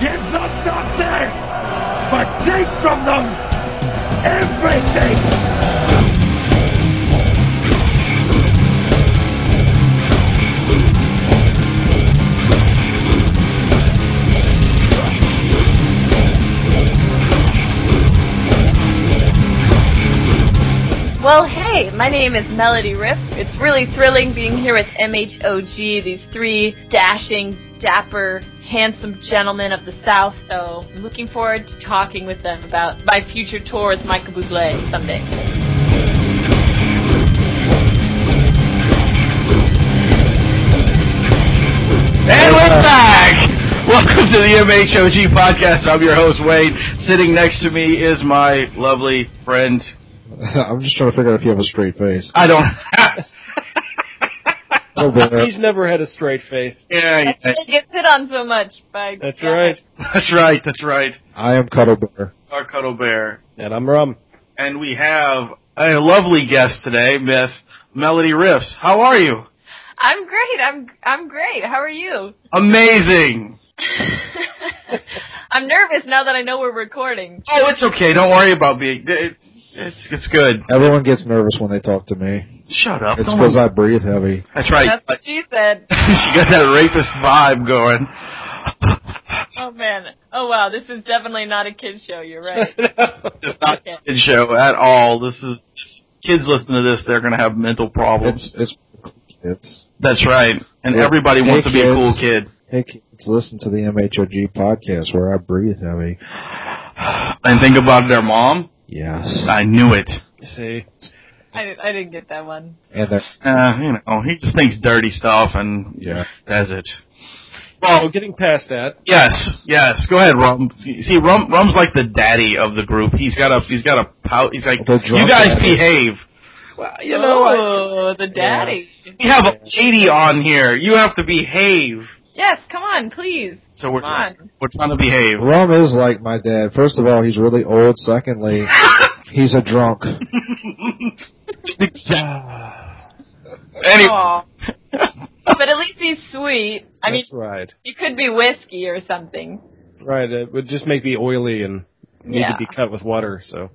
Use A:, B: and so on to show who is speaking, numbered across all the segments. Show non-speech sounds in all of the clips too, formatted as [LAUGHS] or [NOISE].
A: Give them nothing, but take from them everything.
B: Well, hey, my name is Melody Riff. It's really thrilling being here with MHOG, these three dashing, dapper, handsome gentlemen of the South. So I'm looking forward to talking with them about my future tour with Michael Bublé someday.
C: And we're back! Welcome to the MHOG podcast. I'm your host, Wade. Sitting next to me is my lovely friend.
D: [LAUGHS] I'm just trying to figure out if you have a straight face.
C: I don't have. [LAUGHS]
D: Oh, boy.
E: He's never had a straight face.
C: yeah, yeah.
B: It gets hit on so much by
E: That's
B: God.
E: right.
C: That's right, that's right.
D: I am Cuddle Bear.
C: Our cuddle bear.
E: And I'm Rum.
C: And we have a lovely guest today, Miss Melody Riffs. How are you?
B: I'm great. I'm I'm great. How are you? [LAUGHS]
C: Amazing!
B: I'm nervous now that I know we're recording.
C: Oh, it's okay. Don't worry about being. It's, it's, it's good.
D: Everyone gets nervous when they talk to me.
C: Shut up.
D: It's
C: Don't
D: because
C: worry.
D: I breathe heavy.
C: That's right.
B: That's what she said.
C: [LAUGHS] she got that rapist vibe going. [LAUGHS]
B: Oh man. Oh wow. This is definitely not a kid show. You're right.
C: It's not
B: Okay.
C: a kid show at all. This is kids listen to this, they're gonna have mental problems.
D: It's it's it's.
C: That's right. And
D: Yeah.
C: everybody
D: Hey,
C: wants to be a
D: kids.
C: cool kid.
D: Hey kids, listen to the MHOG podcast where I breathe heavy.
C: And think about their mom.
D: Yes,
C: I knew it.
E: [LAUGHS] See,
B: I didn't, I didn't get that one.
D: and that
C: Uh, you know, he just thinks dirty stuff and
D: yeah.
C: does it.
E: oh,
C: Well,
E: getting past that.
C: yes, yes. Go ahead, Rum. See, Rum, Rum's like the daddy of the group. He's got a, he's got a pout. He's like,
D: The drunk
C: you guys
D: daddy.
C: behave. Well, you know, I-
B: oh, the daddy.
C: we have a lady on here. You have to behave.
B: Yes, come on, please.
C: So we're
B: Come on.
C: we're trying to behave.
D: Rum is like my dad. First of all, he's really
C: [LAUGHS]
D: old. Secondly, he's a drunk.
C: anyway, [LAUGHS]
B: Aw. but at least he's sweet. I mean,
E: That's right.
B: he could be whiskey or something.
E: Right. It would just make me oily and need
B: Yeah.
E: to be cut with water. So.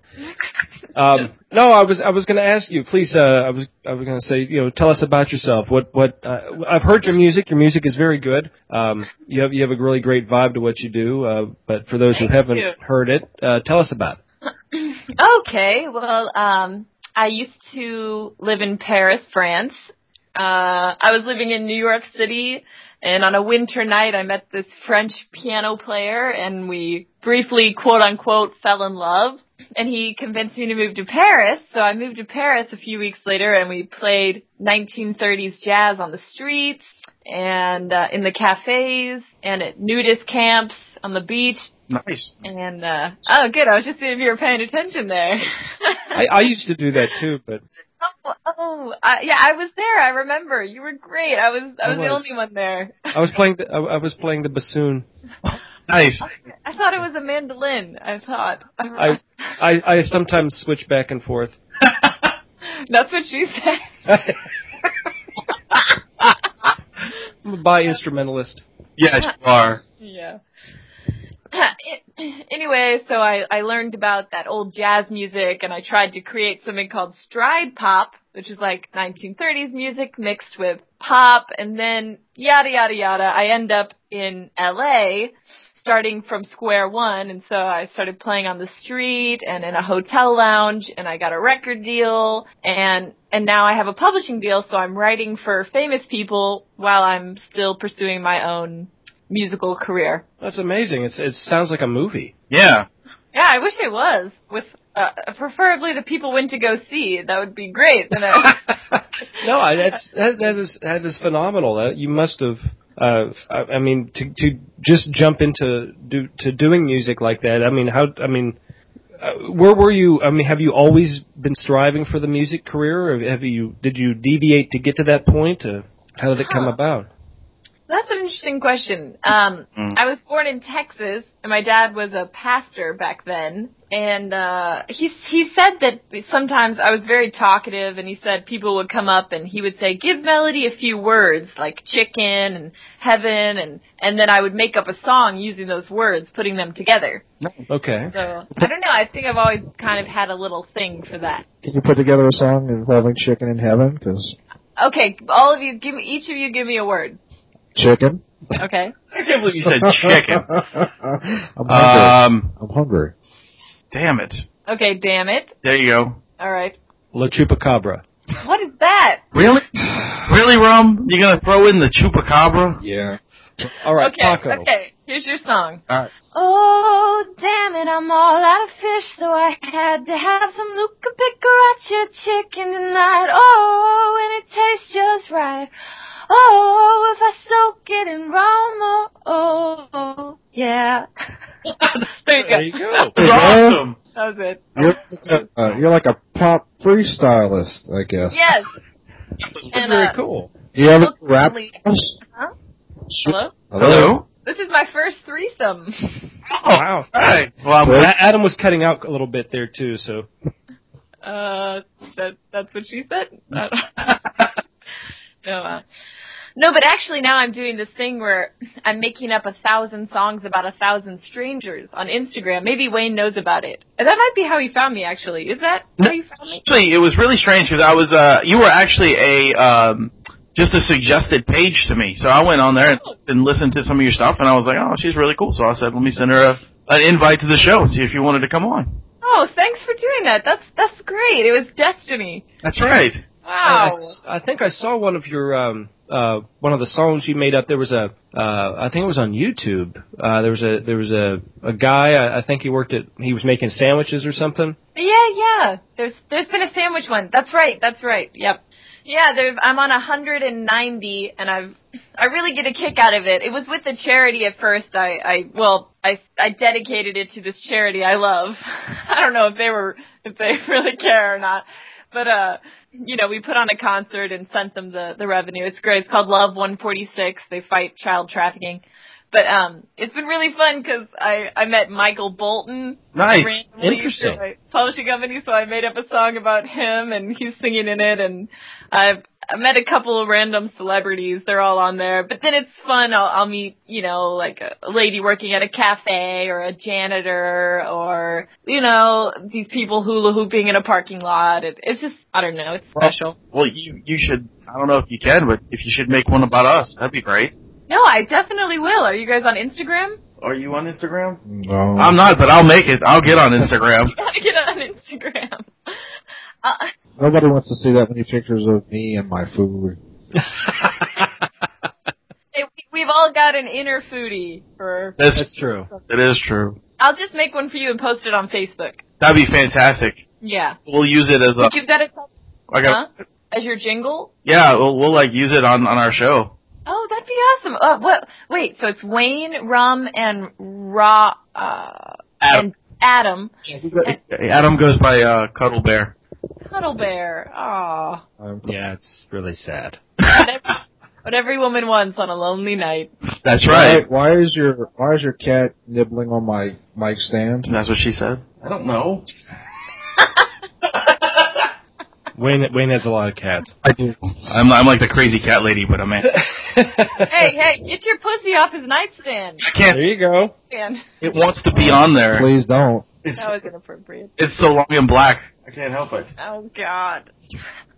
E: Um, no, I was I was going to ask you. Please, uh, I was I was going to say, you know, tell us about yourself. What what uh, I've heard your music. Your music is very good. Um, you have you have a really great vibe to what you do. Uh, but for those who
B: Thank
E: haven't
B: you.
E: heard it, uh, tell us about it.
B: Okay, well, um, I used to live in Paris, France. Uh, I was living in New York City, and on a winter night, I met this French piano player, and we briefly, quote unquote, fell in love. And he convinced me to move to Paris, so I moved to Paris a few weeks later, and we played 1930s jazz on the streets and uh, in the cafes and at nudist camps on the beach
C: nice.
B: and uh oh good, I was just seeing if you were paying attention there.
E: I, I used to do that too, but
B: [LAUGHS] oh, oh I, yeah, I was there. I remember. You were great. I was I
E: I
B: was, the
E: was. Uh,
B: only one there.
E: I was playing the, I, I was playing the bassoon.
C: Nice.
B: I thought it was a mandolin. I thought.
E: I I, I sometimes switch back and forth.
B: [LAUGHS] That's what she said.
E: I'm a bi instrumentalist.
C: Yes, you are.
B: Yeah. [CLEARS THROAT] anyway, so I, I learned about that old jazz music and I tried to create something called stride pop, which is like 1930s music mixed with pop and then yada yada yada. I end up in LA starting from square one and so I started playing on the street and in a hotel lounge and I got a record deal and and now I have a publishing deal so I'm writing for famous people while I'm still pursuing my own musical career.
E: That's amazing. It's, it sounds like a movie.
C: Yeah.
B: Yeah, I wish it was with uh, preferably the people went to go see. That would be great. uh, And [LAUGHS] I,
E: No, I, that's that, that is that is phenomenal. That you must have. Uh, I, I mean, to to just jump into do, to doing music like that. I mean, how? I mean, uh, where were you? I mean, have you always been striving for the music career, or have you? Did you deviate to get to that point? Uh, how did it come
B: Huh.
E: about?
B: that's an interesting question. Um,
C: Mm.
B: I was born in Texas, and my dad was a pastor back then, and uh he he said that sometimes I was very talkative and he said people would come up and he would say give melody a few words like chicken and heaven and and then I would make up a song using those words putting them together
E: Okay.
B: so I don't know I think I've always kind of had a little thing for that
D: Can you put together a song involving chicken in heaven? Because
B: okay all of you give me each of you give me a word
D: chicken.
B: okay
C: I can't believe you [LAUGHS] said [LAUGHS] chicken.
D: [LAUGHS] I'm hungry.
C: Um,
D: I'm hungry.
C: damn it.
B: okay damn it
C: There you go.
B: all right
E: La Chupacabra.
B: what is that
C: Really? Really, Rum? You're gonna throw in the chupacabra?
D: Yeah.
E: All right,
B: okay
E: taco.
B: okay here's your song
D: All right.
B: Oh, damn it, I'm all out of fish, so I had to have some Luca Picaraccia chicken tonight. Oh, and it tastes just right. Oh, if I soak it in Roma, oh, oh, yeah. [LAUGHS] there
E: There you go.
C: That's awesome.
B: That was it.
D: You're, uh, you're like a pop freestylist, I guess.
E: [LAUGHS]
B: Yes.
E: That's
B: And,
E: very
B: uh,
E: cool.
D: You have a rap?
B: ultimately-
D: Yes.
B: Hello?
C: Hello.
B: This is my first threesome. oh.
E: Wow.
C: All right. Well, I'm
E: A-
C: glad.
E: Adam was cutting out a little bit there too, so
B: Uh, that that's what she [LAUGHS] said. I don't- no, uh, no, but actually now I'm doing this thing where I'm making up a thousand songs about a thousand strangers on Instagram. Maybe Wayne knows about it. And That might be how he found me. Actually, is that how you found me?
C: Actually, it was really strange because I was. Uh, you were actually a um, just a suggested page to me, so I went on there and, and listened to some of your stuff, and I was like, oh, she's really cool. So I said, let me send her a, an invite to the show and see if she wanted to come on.
B: Oh, thanks for doing that. That's that's great. It was destiny.
C: That's right.
E: I,
B: Wow.
E: s- I think I saw one of your um uh one of the songs you made up. There was a uh I think it was on YouTube. Uh there was a there was a a guy I, I think he worked at he was making sandwiches or something.
B: Yeah, yeah. There's there's been a sandwich one. That's right. That's right. Yep. Yeah, there- I'm on 190, and I've I really get a kick out of it. It was with the charity at first. I I well I I dedicated it to this charity I love. [LAUGHS] I don't know if they were if they [LAUGHS] really care or not, but uh you know we put on a concert and sent them the the revenue. It's great. It's called Love 146. They fight child trafficking. But um, it's been really fun because I I met Michael Bolton,
C: Nice.
B: randomly
E: Interesting.
B: through my publishing company, so I made up a song about him and he's singing in it and I've I met a couple of random celebrities. They're all on there, but then it's fun. I'll, I'll meet, you know, like a, a lady working at a cafe or a janitor or, you know, these people hula hooping in a parking lot. It, it's just, I don't know, it's special.
C: Well, you you should. I don't know if you can, but if you should make one about us, that'd be great.
B: No, I definitely will. Are you guys on Instagram? [LAUGHS]
C: Are you on Instagram?
D: No.
C: I'm not, but I'll make it. I'll get on Instagram.
B: [LAUGHS]
C: [LAUGHS]
B: You gotta get on Instagram. [LAUGHS] Uh,
D: Nobody wants to see that many pictures of me and my food.
B: hey, we- we've all got an inner foodie for
C: That's
E: That's true.
C: that is true.
B: I'll just make one for you and post it on Facebook.
C: That'd be fantastic.
B: Yeah.
C: We'll use it as a.
B: But you've got it
C: I got-
B: huh? as your jingle?
C: Yeah, we'll we'll like use it on on our show.
B: Oh, that'd be awesome. Uh, what? Wait, so it's Wayne, Rum, and Ra, uh,
C: Adam
B: and Adam
C: Adam goes by uh, Cuddle Bear.
B: Cuddle Bear. Aw.
D: I'm,
E: Yeah, it's really sad.
B: Whatever, what every woman wants on a lonely night.
C: [LAUGHS] That's
D: Why,
C: right.
D: why is your Why is your cat nibbling on my mic stand?
C: That's what she said. I
B: [LAUGHS]
C: don't know.
E: Wayne Wayne has a lot of cats.
D: I do.
C: I'm I'm like the crazy cat lady, but I'm I [LAUGHS]
B: Hey, hey, get your pussy off his nightstand.
E: there
C: can't.
E: you go.
B: Man,
C: It wants to be on there.
D: Please don't.
C: It's
B: that was inappropriate.
C: it's so long and black. I can't help it.
B: Oh God.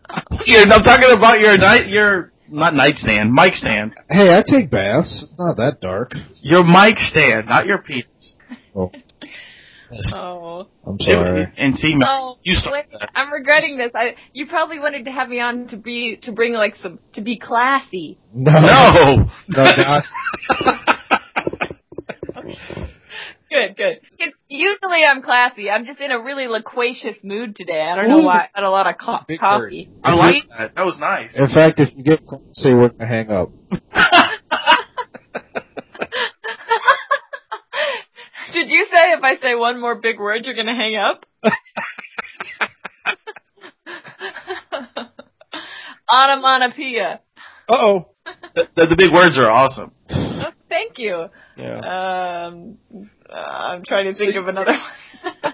C: I'm talking about your night. Your not nightstand, mic stand.
D: Hey, I take baths. It's not that dark.
C: Your mic stand, not your penis.
B: Oh.
D: I'm sorry.
C: And see,
B: Oh,
C: you
B: wait,
C: start that.
B: I'm regretting this. I you probably wanted to have me on to be to bring like some to be classy.
D: No.
C: No.
D: No,
C: [LAUGHS]
D: God.
B: Good, good. It's, usually I'm classy. I'm just in a really loquacious mood today. I don't know
E: Ooh.
B: why. I had a lot of co-
E: Big
B: coffee.
C: I like that. That was nice.
D: In fact, if you get classy, we're gonna hang up.
B: [LAUGHS] Did you say if I say one more big word, you're gonna hang up? [LAUGHS] Onomatopoeia.
E: Uh oh.
C: The, the, the big words are awesome.
B: Oh, thank you.
E: Yeah.
B: Um, uh, I'm trying to think of another one. [LAUGHS]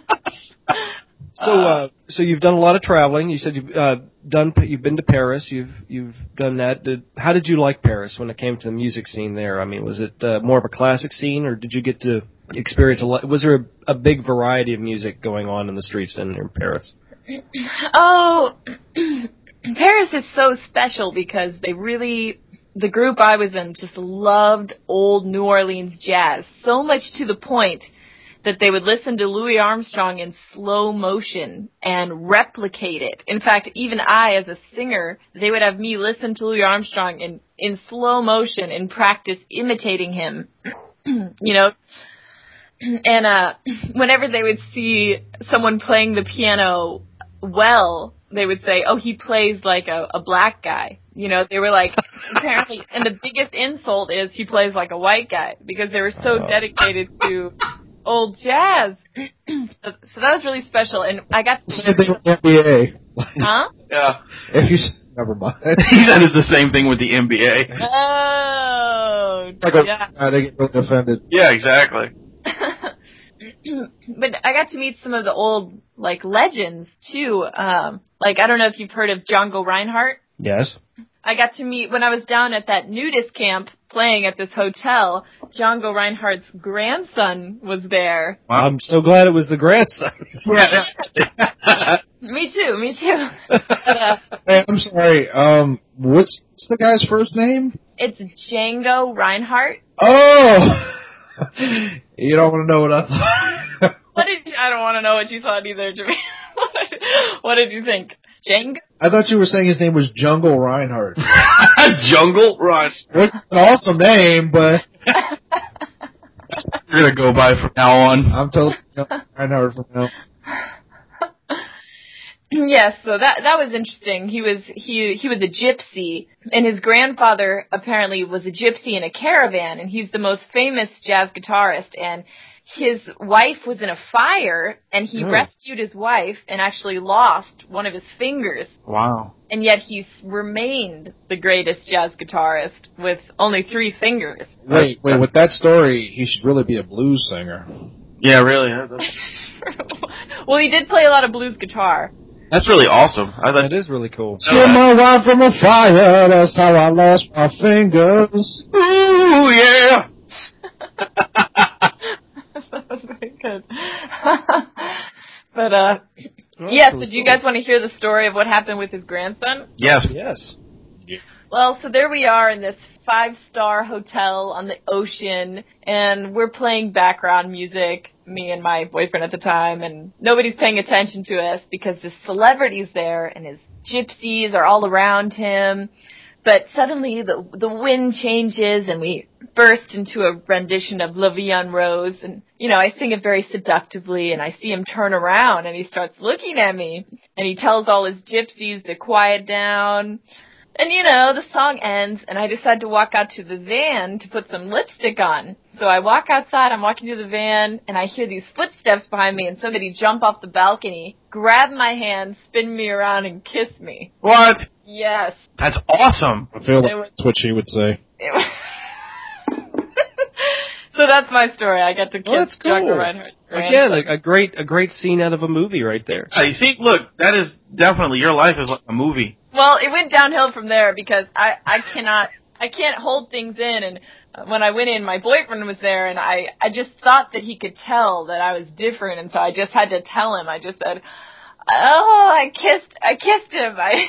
E: So, uh, so you've done a lot of traveling. You said you've uh, done. You've been to Paris. You've you've done that. Did, how did you like Paris when it came to the music scene there? I mean, was it uh, more of a classic scene, or did you get to experience a lot? Was there a, a big variety of music going on in the streets in, in Paris?
B: Oh, [CLEARS THROAT] Paris is so special because they really, the group I was in just loved old New Orleans jazz so much to the point that they would listen to Louis Armstrong in slow motion and replicate it. In fact, even I, as a singer, they would have me listen to Louis Armstrong in, in slow motion and practice imitating him. you know, and uh [CLEARS THROAT] whenever they would see someone playing the piano well they would say oh he plays like a, a black guy you know they were like
D: [LAUGHS]
B: apparently and the biggest insult is he plays like a white guy because they were so
D: Oh.
B: dedicated to old jazz so, so that was really special and i got to
D: Same thing with the NBA. [LAUGHS]
B: huh
C: Yeah.
D: If you s- never mind.
C: [LAUGHS] He said it's the same thing with the NBA.
B: oh
D: like a,
B: yeah.
D: uh, they get really offended.
C: Yeah, exactly.
B: [LAUGHS] but I got to meet some of the old like legends too. Um, like I don't know if you've heard of Django Reinhardt.
E: Yes.
B: I got to meet when I was down at that nudist camp playing at this hotel. Django Reinhardt's grandson was there.
C: Wow.
E: I'm so glad it was the [LAUGHS] grandson.
C: Yeah.
B: Me too. Me too. [LAUGHS] But, uh,
D: Hey, I'm sorry. Um, what's, what's the guy's first name?
B: it's Django Reinhardt.
D: Oh, [LAUGHS] you don't want to know what I thought. [LAUGHS]
B: What did I don't want to know what you thought either, Jimmy. [LAUGHS] what, did, what did you think, Django?
D: I thought you were saying his name was Jungle Reinhardt.
C: [LAUGHS] Jungle Rush.
D: What an awesome name, but
C: You're gonna go by from now on.
D: I'm totally [LAUGHS] Jungle Reinhardt from now.
B: [CLEARS THROAT] Yes, so that that was interesting. He was he he was a gypsy, and his grandfather apparently was a gypsy in a caravan, and he's the most famous jazz guitarist. And his wife was in a fire, and he
E: Oh.
B: rescued his wife and actually lost one of his fingers,
C: Wow.
B: and yet he remained the greatest jazz guitarist with only three fingers. [LAUGHS]
D: Wait, wait. With that story, he should really be a blues singer.
C: Yeah, really. that- That's,
B: well, he did play a lot of blues guitar. [LAUGHS]
C: that's really awesome. I
E: That
C: thought,
E: is really cool.
D: Steal my wife from a fire. That's how I lost my fingers.
C: ooh yeah.
B: that was very good. [LAUGHS] but uh
E: Oh,
B: yes, did you guys want to hear the story of what happened with his grandson?
C: [LAUGHS] Yes.
E: Yes.
B: Well, so there we are in this five-star hotel on the ocean and we're playing background music, me and my boyfriend at the time, and nobody's paying attention to us because this celebrity's there and his gypsies are all around him. But suddenly the the wind changes and we burst into a rendition of La Vie en Rose and you know, I sing it very seductively and I see him turn around and he starts looking at me and he tells all his gypsies to quiet down. And you know, the song ends and I decide to walk out to the van to put some lipstick on. So I walk outside, I'm walking to the van and I hear these footsteps behind me and somebody jump off the balcony, grab my hand, spin me around and kiss me.
C: What?
B: Yes.
C: That's awesome.
D: I feel like
B: They were-
D: that's what she would say.
B: It was- [LAUGHS] so that's my story. I got to kiss
E: Well, Oh, that's cool.
B: Dr. Reinhardt's
E: Again,
B: grandson.
E: a, a great a great scene out of a movie right there.
C: Yeah, you see, look, that is definitely your life is like a movie.
B: Well, it went downhill from there because I I cannot I can't hold things in and uh, when I went in my boyfriend was there and I I just thought that he could tell that I was different and so I just had to tell him. I just said, "Oh, I kissed I kissed him." [LAUGHS] I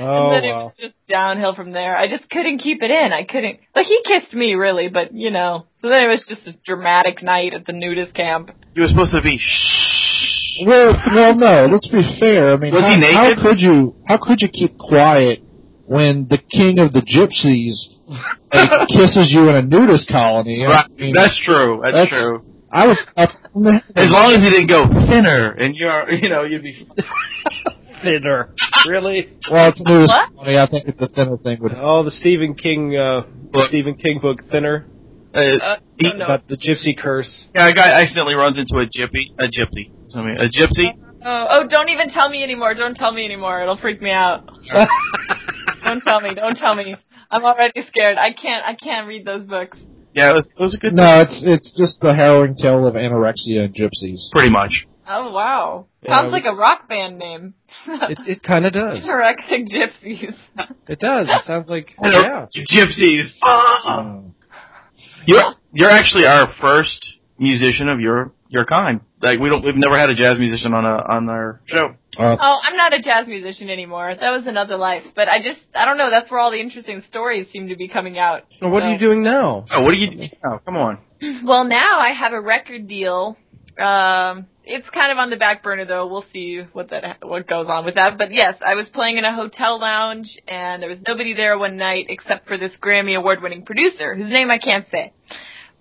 E: Oh,
B: and then it
E: wow.
B: was just downhill from there. I just couldn't keep it in. I couldn't. But he kissed me really, but you know. So then it was just a dramatic night at the nudist camp.
C: You were supposed to be shh.
D: Well, well, no. Let's be fair. I mean,
C: Was
D: how,
C: he naked?
D: how could you? How could you keep quiet when the king of the gypsies
C: [LAUGHS]
D: like, kisses you in a nudist colony? I
C: Right.
D: mean,
C: That's true. That's,
D: That's-
C: true.
D: I would.
C: As long as you didn't go [LAUGHS] thinner, and you're, you know, you'd be.
E: Thinner. really?
D: well, it's a nudist
B: What?
D: colony. I think it's the thinner thing would.
E: Oh, the Stephen King uh,
C: Book.
E: Stephen King book Thinner
C: Uh,
B: Uh,
C: He-
B: no, no.
E: about the gypsy curse.
C: yeah, a guy accidentally runs into a gypsy, a gypsy, I mean, a [LAUGHS] gypsy.
B: Oh, oh, don't even tell me anymore. Don't tell me anymore. It'll freak me out. Don't tell me. Don't tell me. I'm already scared. I can't. I can't read those books.
C: Yeah, it was, it was a good.
D: No, it's it's just the harrowing tale of anorexia and gypsies.
C: Pretty much.
B: Oh wow.
E: Yeah,
B: Sounds
E: it
B: like
E: was-
B: a rock band name.
E: It,
B: [LAUGHS]
E: it kind of does.
B: Anorexic gypsies.
E: It does. It sounds like yeah.
C: Hello, gypsies. Ah.
D: Uh,
C: You're you're actually our first musician of your your kind. Like we don't we've never had a jazz musician on a on our show.
B: Oh, I'm not a jazz musician anymore. That was another life. But I just, I don't know. That's where all the interesting stories seem to be coming out.
E: Well, What are you
B: So-
E: doing now?
C: Oh, what are you? Oh, come on.
B: [CLEARS THROAT] Well, now I have a record deal. Um, it's kind of on the back burner though. We'll see what that what goes on with that. But yes, I was playing in a hotel lounge, and there was nobody there one night except for this Grammy award winning producer whose name I can't say.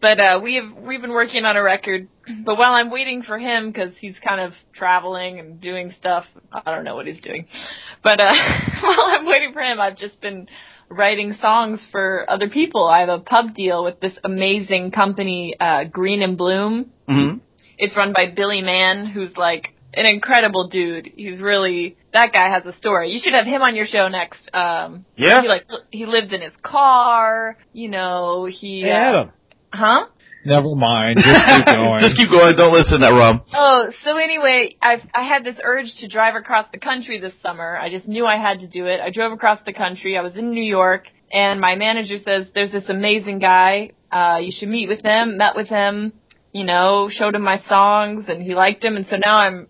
B: But uh, we have we've been working on a record. [CLEARS THROAT] But while I'm waiting for him because he's kind of traveling and doing stuff, I don't know what he's doing. But uh, [LAUGHS] while I'm waiting for him, I've just been writing songs for other people. I have a pub deal with this amazing company, uh, Green and Bloom.
C: hmm
B: It's run by Billy Mann, who's like an incredible dude. He's really that guy has a story. You should have him on your show next. Um,
C: Yeah.
B: he like he lived in his car. You know, he
E: Hey,
B: uh,
E: Adam.
B: huh?
D: Never mind.
C: [LAUGHS]
D: Just keep going.
C: Just keep going. Don't listen to that, Rob.
B: Oh, so anyway, I I had this urge to drive across the country this summer. I just knew I had to do it. I drove across the country. I was in New York, and my manager says, "There's this amazing guy. Uh, you should meet with him." Met with him, you know, showed him my songs, and he liked him. And so now I'm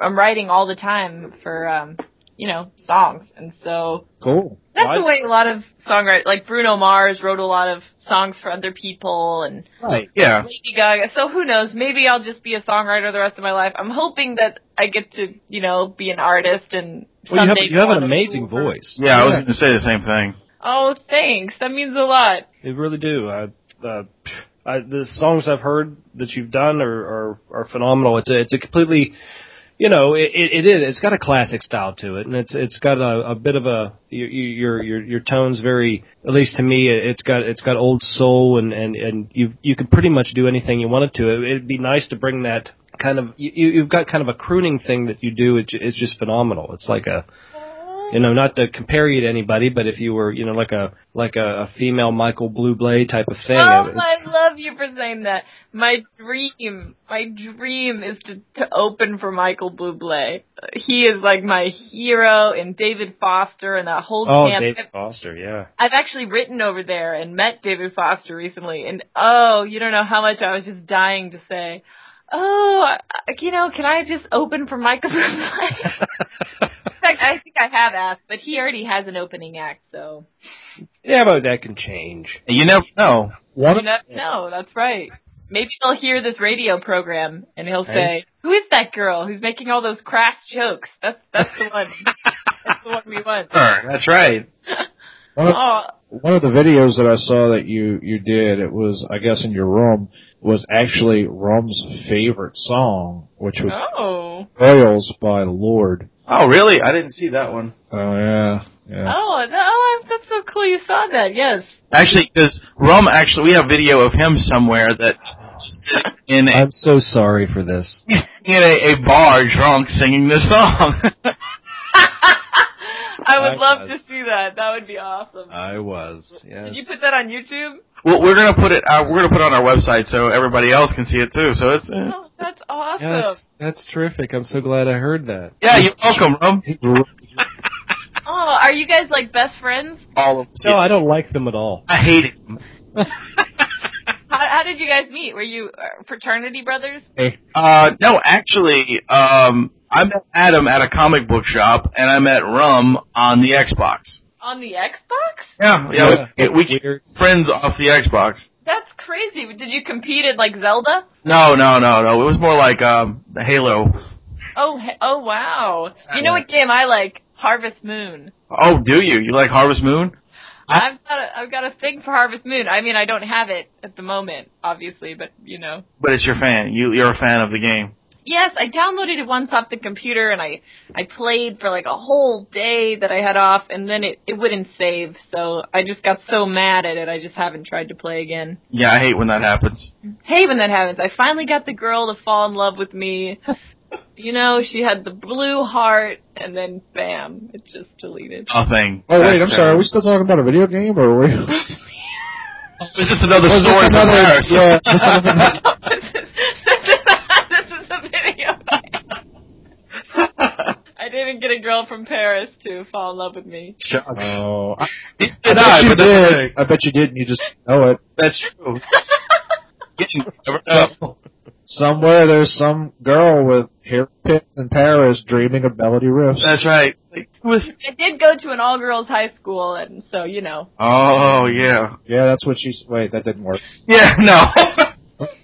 B: I'm writing all the time for um, you know, songs. And so
D: cool.
B: that's
E: Well, I-
B: the way a lot of songwriters, like Bruno Mars, wrote a lot of songs for other people, and
D: Right.
C: Yeah.
B: Lady Gaga. So who knows? Maybe I'll just be a songwriter the rest of my life. I'm hoping that I get to, you know, be an artist and.
E: Well, you have
B: someday
E: you have
B: go
E: an
B: on a
E: amazing
B: tour.
E: voice.
C: Yeah, I was going to say the same thing.
B: Oh, thanks. That means a lot.
E: They really do. I, uh, I, the songs I've heard that you've done are are, are phenomenal. It's a, it's a completely, you know, it, it, it is. It's got a classic style to it, and it's it's got a, a bit of a your your your your tone's very at least to me it- it's got it's got old soul and and and you you can pretty much do anything you wanted to. It, it'd be nice to bring that kind of you you- you've got kind of a crooning thing that you do. It, it's just phenomenal. It's like a you know, not to compare you to anybody, but if you were, you know, like a like a, a female Michael Blue Blade type of thing,
B: oh,
E: it's-
B: I love you for saying that. My dream, my dream is to to open for Michael Bublé. He is like my hero, and David Foster, and that whole
E: oh,
B: camp.
E: David Foster, yeah, [LAUGHS]
B: I've actually written over there and met David Foster recently, and oh, you don't know how much I was just dying to say. Oh, I- I- you know, can I just open for Michael Bublé? In fact, I think I have asked, but he already has an opening act, so
E: yeah, but that can change.
C: You never know.
D: One
B: you
D: of,
B: never know. That's right. Maybe he'll hear this radio program and he'll
E: Hey.
B: say, "Who is that girl who's making all those crass jokes?" That's that's the one. that's the one we want.
C: Sure, that's right.
D: one of
B: Oh,
D: one of the videos that I saw that you you did, it was I guess in your room was actually Rum's favorite song, which was
B: oh,
D: Trails by Lord.
C: Oh, really? I didn't see that one.
D: Oh yeah, yeah.
B: oh, no, oh! That's so cool. You saw that? Yes.
C: Actually, because Rum, actually, we have video of him somewhere that in a,
D: I'm so sorry for this.
C: he's in a, a bar drunk singing this song. [LAUGHS]
B: I would
E: Likewise.
B: love to see that. That would be awesome.
D: I was.
B: Did
E: Uh, Yes.
B: you put that on YouTube?
C: well, we're gonna put it. Out, we're gonna put it on our website so everybody else can see it too. So it's uh,
B: Oh, that's awesome.
E: Yeah, that's, that's terrific. I'm so glad I heard that.
C: yeah, you're welcome, Rum.
B: Oh, are you guys like best friends?
C: All of
E: No, I don't like them at all.
C: I hate it.
B: How, how did you guys meet? Were you uh, fraternity brothers?
C: Uh, no, actually, um, I met Adam at a comic book shop, and I met Rum on the Xbox.
B: On the Xbox?
C: Yeah, yeah,
E: Yeah.
C: we, we
E: Weird.
C: friends off the Xbox.
B: That's crazy. Did you compete at like Zelda?
C: No, no, no, no. It was more like um, the Halo.
B: Oh, he- oh wow. You know what game I like? Harvest Moon.
C: Oh, do you? You like Harvest Moon? I-
B: I've got a, I've got a thing for Harvest Moon. I mean, I don't have it at the moment, obviously, but you know.
C: But it's your fan. You you're a fan of the game.
B: Yes, I downloaded it once off the computer and I I played for like a whole day that I had off and then it it wouldn't save, so I just got so mad at it I just haven't tried to play again.
C: Yeah, I hate when that happens.
B: Hey, when that happens, I finally got the girl to fall in love with me. you know, she had the blue heart and then bam, it just deleted. [LAUGHS]
C: Nothing.
D: Oh wait, I'm sorry. Are we still talking about a video game or are we?
C: Is this another
D: Was this
C: story from [LAUGHS]
D: another-
C: Paris?
D: yeah, this is
B: this is a video. from Paris to fall in love with me.
C: Shucks.
D: Oh, [LAUGHS] I,
C: He did
D: I
C: not,
D: bet you
C: but that's okay.
D: did. I bet you did, and you just know it.
C: That's
D: [LAUGHS]
C: true. Getting covered up.
D: So, somewhere there's some girl with hairpins in Paris dreaming of Melody Riffs.
C: That's right. Like, with,
B: I did go to an all girls high school, and so you know.
C: oh yeah,
D: yeah, that's what she's. Wait, that didn't work.
C: yeah. No.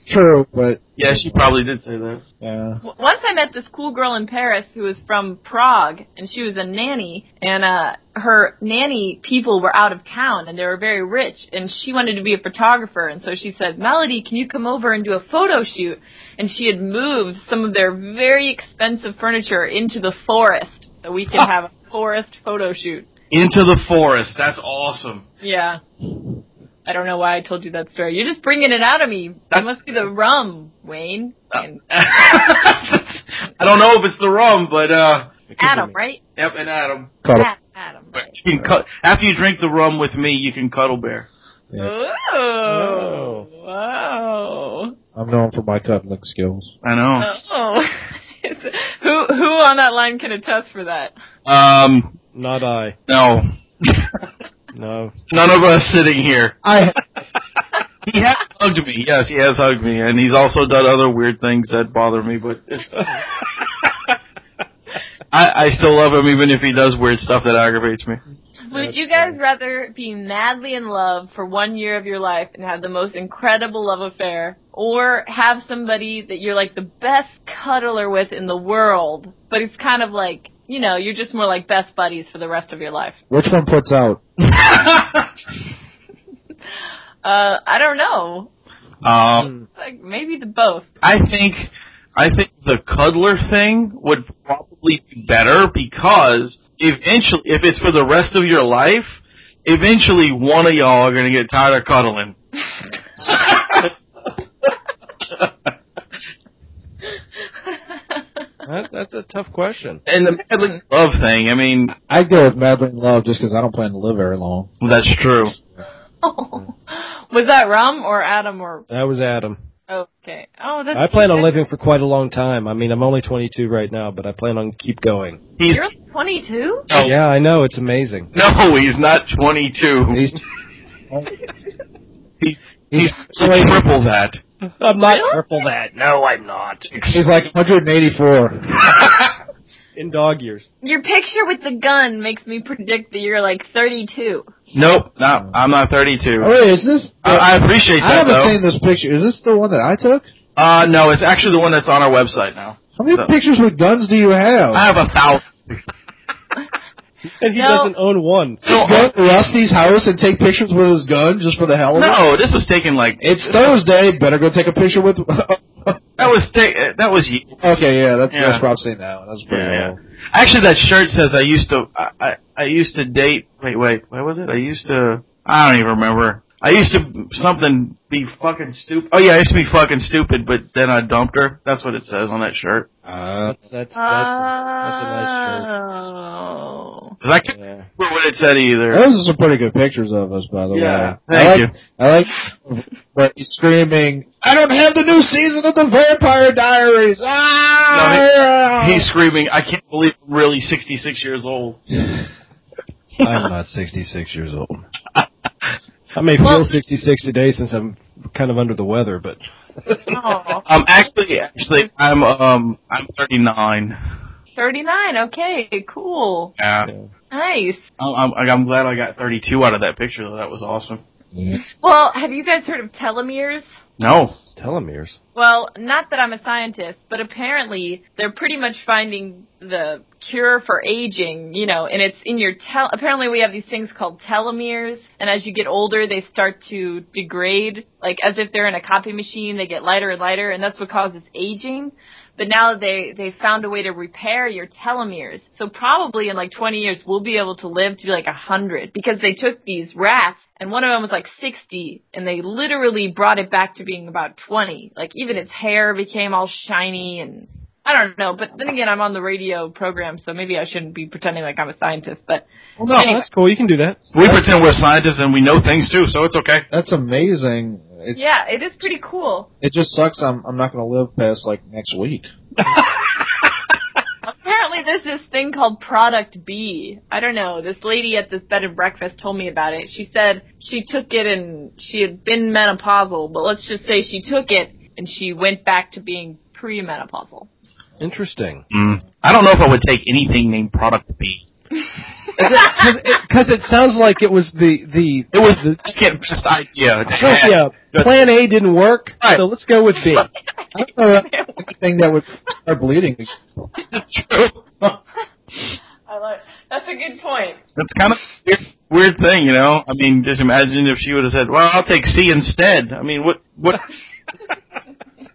D: True, but
C: [LAUGHS] yeah, she probably did say that.
D: yeah.
B: W- Once I met this cool girl in Paris who was from Prague, and she was a nanny, and uh, her nanny people were out of town, and they were very rich, and she wanted to be a photographer, and so she said, Melody, can you come over and do a photo shoot? And she had moved some of their very expensive furniture into the forest, so we could have a forest photo shoot.
C: Into the forest. That's awesome.
B: Yeah. I don't know why I told you that story. You're just bringing it out of me. That must be the rum, Wayne. And
C: [LAUGHS] I don't know if it's the rum, but uh,
B: Adam, right?
C: yep, and Adam.
D: Caught up.
B: Ad- Adam.
C: But
B: Right.
C: You can cut after you drink the rum with me. You can cuddle bear.
D: Yeah.
B: Oh. [LAUGHS] Wow.
D: I'm known for my cuddling skills.
C: I know.
B: Oh. It's- [LAUGHS] who who on that line can attest for that?
C: Um,
E: Not I.
C: no, [LAUGHS]
E: No.
C: none of us sitting here. [LAUGHS]
D: I
C: He has hugged me. Yes, he has hugged me, and he's also done other weird things that bother me. But [LAUGHS] I, I still love him, even if he does weird stuff that aggravates [LAUGHS] me.
B: Would
E: That's
B: you guys
E: funny.
B: rather be madly in love for one year of your life and have the most incredible love affair, or have somebody that you're like the best cuddler with in the world, but it's kind of like, you know, you're just more like best buddies for the rest of your life?
D: which one puts out?
B: Uh, I don't know.
C: um,
B: Like, maybe the both. [LAUGHS]
C: I think I think the cuddler thing would probably be better because eventually, if it's for the rest of your life, eventually one of y'all are gonna get tired of [LAUGHS] cuddling.
E: That, that's a tough question.
C: And the madly love thing. I mean,
D: I go with Madeline Love just because I don't plan to live very long.
C: that's true.
B: [LAUGHS] Was that rum or Adam or
E: That was Adam.
B: okay? Oh, that's
E: I plan on living for quite a long time. I mean, I'm only 22 right now, but I plan on keep going.
C: He's
B: You're 22.
C: Oh.
E: Yeah, I know. It's amazing.
C: no, he's not 22. [LAUGHS]
D: He's,
C: He's
D: he's,
C: triple
D: [LAUGHS]
C: that.
E: I'm not
B: Really?
E: triple that. No, I'm not.
D: he's like 184.
E: In dog years.
B: Your picture with the gun makes me predict that you're like 32.
C: Nope, not, I'm not 32.
D: Oh, wait, is this?
C: I, I appreciate
D: I
C: that
D: haven't
C: though.
D: seen this picture. Is this the one that I took?
C: Uh, no, it's actually the one that's on our website now.
D: How many
C: No.
D: pictures with guns do you have?
C: I have a thousand.
E: And he
B: No.
E: doesn't own one.
D: Just go to Rusty's house and take pictures with his gun just for the hell of it.
C: No, this was taken like
D: It's Thursday. Better go take a picture with. [LAUGHS] okay,
C: That was ta- that was ye-
D: yeah, that's
C: Yeah.
D: that's probably seen that one. That's pretty
C: Yeah, yeah.
D: old.
C: actually that shirt says I used to I, I I used to date wait wait what was it I used to I don't even remember I used to something be fucking stupid oh yeah I used to be fucking stupid but then I dumped her that's what it says on that shirt
D: Uh,
E: That's that's that's, that's a nice
B: Oh.
C: 'Cause I can't
E: shirt. Yeah.
C: remember what it said either
D: those are some pretty good pictures of us, by the
C: Yeah,
D: way.
C: thank
D: I like,
C: you.
D: I like but he's screaming. I don't have the new season of the Vampire Diaries. Ah!
C: he's screaming I can't believe I'm really 66 years old
E: I'm not 66 years old. I may feel
B: Well-
E: 66 today since I'm kind of under the weather, [LAUGHS] but
B: Oh.
C: um actually actually I'm um I'm 39
B: 39. Okay, cool.
C: yeah
B: Nice.
C: I'm I'm, I'm glad I got 32 out of that picture though that was awesome
B: Well, have you guys heard of telomeres?
C: no
E: telomeres.
B: Well, not that I'm a scientist, but apparently they're pretty much finding the cure for aging, you know, and it's in your tel- apparently we have these things called telomeres, and as you get older they start to degrade, like as if they're in a copy machine, they get lighter and lighter, and that's what causes aging. But now they they found a way to repair your telomeres. So probably in like 20 years we'll be able to live to be like 100 because they took these rats and one of them was like 60 and they literally brought it back to being about 20. Like even its hair became all shiny and I don't know, but then again I'm on the radio program so maybe I shouldn't be pretending like I'm a scientist, but
E: Well, no,
B: Anyway.
E: that's cool. You can do that.
C: We pretend we're scientists and we know things too, so it's okay.
D: That's amazing. It,
B: yeah, it is pretty cool.
D: it just sucks. I'm I'm not going to live past like next week.
B: Apparently apparently there's this thing called Product B. I don't know. This lady at this bed and breakfast told me about it. She said she took it and she had been menopausal, but let's just say she took it and she went back to being premenopausal. [LAUGHS]
E: [LAUGHS] Interesting.
C: Mm. I don't know if I would take anything named Product B.
E: Because it sounds like it was the the
C: It was
E: [LAUGHS]
C: the second best idea. to have. [LAUGHS]
E: yeah, plan A didn't work,
C: Right.
E: so let's go with [LAUGHS] B.
D: I don't
C: Oh,
D: know anything that would start bleeding.
C: True. [LAUGHS]
B: I like that's a good point.
C: That's kind of a weird, weird thing, you know. I mean, just imagine if she would have said, "Well, I'll take C instead." I mean, what what? [LAUGHS]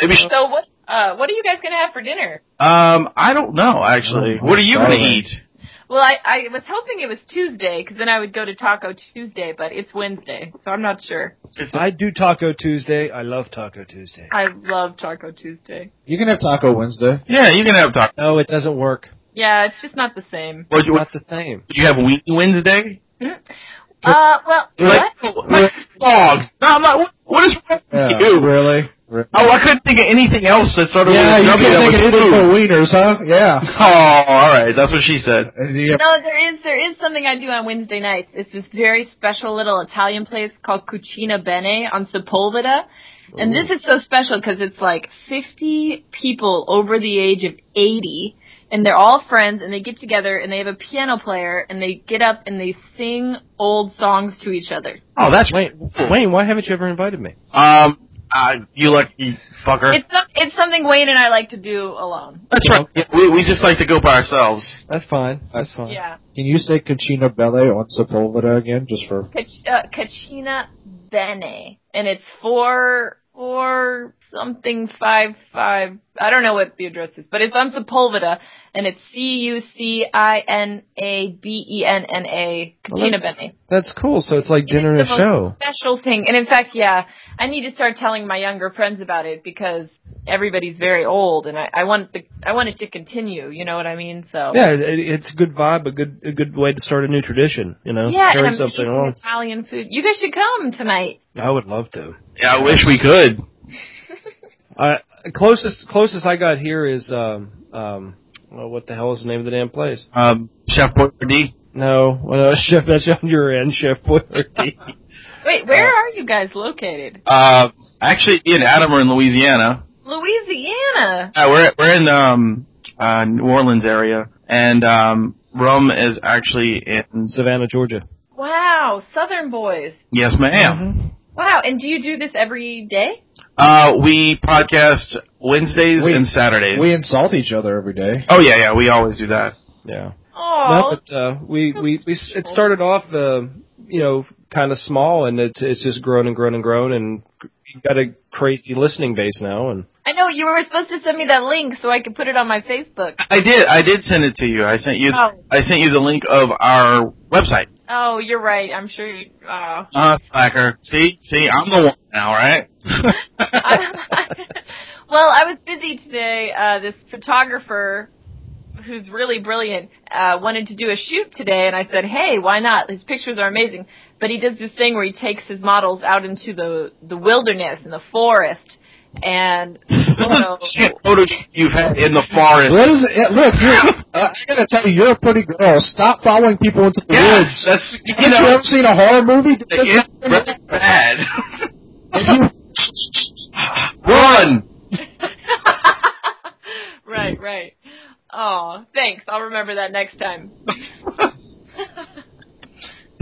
C: Maybe she,
B: So what uh what are you guys gonna have for dinner?
C: um, I don't know actually.
E: Oh,
C: what are you gonna
E: sorry.
C: eat?
B: Well, I, I was hoping it was Tuesday because then I would go to Taco Tuesday, but it's Wednesday, so I'm not sure.
E: I do Taco Tuesday. I love Taco Tuesday.
B: I love Taco Tuesday.
D: You can have Taco Wednesday.
C: Yeah, you can have taco.
E: No, it doesn't work.
B: Yeah, it's just not the same.
C: Would you,
E: Not the same.
C: would you have Weenie Wednesday?
B: Uh, well, what?
C: Like, like dogs? No, I'm not. What, what is wrong with
D: Yeah,
C: you?
D: really? Re-
C: Oh, I couldn't think of anything else that sort of
D: Yeah,
C: was E.
D: you
C: yummy
D: can
C: that
D: make
C: was
D: it
C: food.
D: for wieners, huh? Yeah.
C: Oh, all right, that's what she said.
D: Uh, yeah.
B: No, there is there is something I do on Wednesday nights. It's this very special little Italian place called Cucina Bene on Sepulveda. And this is so special because it's like 50 people over the age of 80 and they're all friends and they get together and they have a piano player and they get up and they sing old songs to each other.
C: Oh, that's
E: Wait, Wayne, why haven't you ever invited me?
C: Um, uh, you lucky fucker.
B: It's some- it's something Wayne and I like to do alone.
C: That's right. Yeah, we, we just like to go by ourselves.
E: That's fine. That's fine.
B: Yeah.
D: Can you say Cucina Belle on Sepulveda again, just for?
B: Cach- uh, Cachina Bene, and it's four four something five five. I don't know what the address is, but it's on Sepulveda, and it's C U C I N A B E N N A
E: Well,
B: Cachina
E: that's-
B: Bene.
E: That's cool. So it's like
B: It is
E: dinner and
B: the
E: a
B: most
E: show.
B: Special thing, and in fact, yeah, I need to start telling my younger friends about it because everybody's very old, and I, I want the I want it to continue. You know what I mean? So
E: Yeah, it, it's a good vibe, a good a good way to start a new tradition. You know,
B: yeah, and
E: carry
B: I'm
E: something
B: eating
E: along.
B: Italian food. You guys should come tonight.
E: I would love to.
C: Yeah, I wish we could.
E: Uh, closest closest I got here is um um well, what the hell is the name of the damn place?
C: Um, Chef Boyardee.
E: No, well, no, [LAUGHS] chef. That's on your end, Chef Boyardee.
B: Wait, where
E: Oh.
B: are you guys located?
C: Uh, actually, me and Adam are in Louisiana.
B: Louisiana.
C: Yeah, we're we're in um uh New Orleans area, and um Rome is actually in.
E: Savannah, Georgia.
B: Wow, Southern boys.
C: Yes,
D: Mm-hmm.
C: madam
B: Wow, and do you do this every day?
C: Uh, we podcast Wednesdays
D: We-
C: and Saturdays.
D: We insult each other every day.
C: oh yeah, yeah, we always do that.
E: Yeah.
B: Oh,
E: No, but uh, we we we it started off the you know kind of small, and it's it's just grown and grown and grown, and you've got a crazy listening base now, and
B: I know you were supposed to send me that link so I could put it on my Facebook.
C: I did, I did send it to you. I sent
D: Uh,
C: you,
B: Oh.
C: I sent you the link of our website.
B: Oh, you're right. I'm sure. You, oh.
C: Uh, slacker. See, see, I'm the one now, right?
B: [LAUGHS] well, I was busy today. Uh, this photographer, who's really brilliant, uh, wanted to do a shoot today, and I said, "Hey, why not? His pictures are amazing." But he does this thing where he takes his models out into the the wilderness and the forest, and
C: Shit, photo you've had in the forest.
D: What is it? Look, you're, uh, I gotta tell you, you're a pretty girl. Stop following people into the
C: Yes,
D: woods.
C: that's you
D: Have you
C: know,
D: ever seen a horror movie?
C: it's really bad. [LAUGHS] Run.
B: [LAUGHS] right, right. Oh, thanks. I'll remember that next time.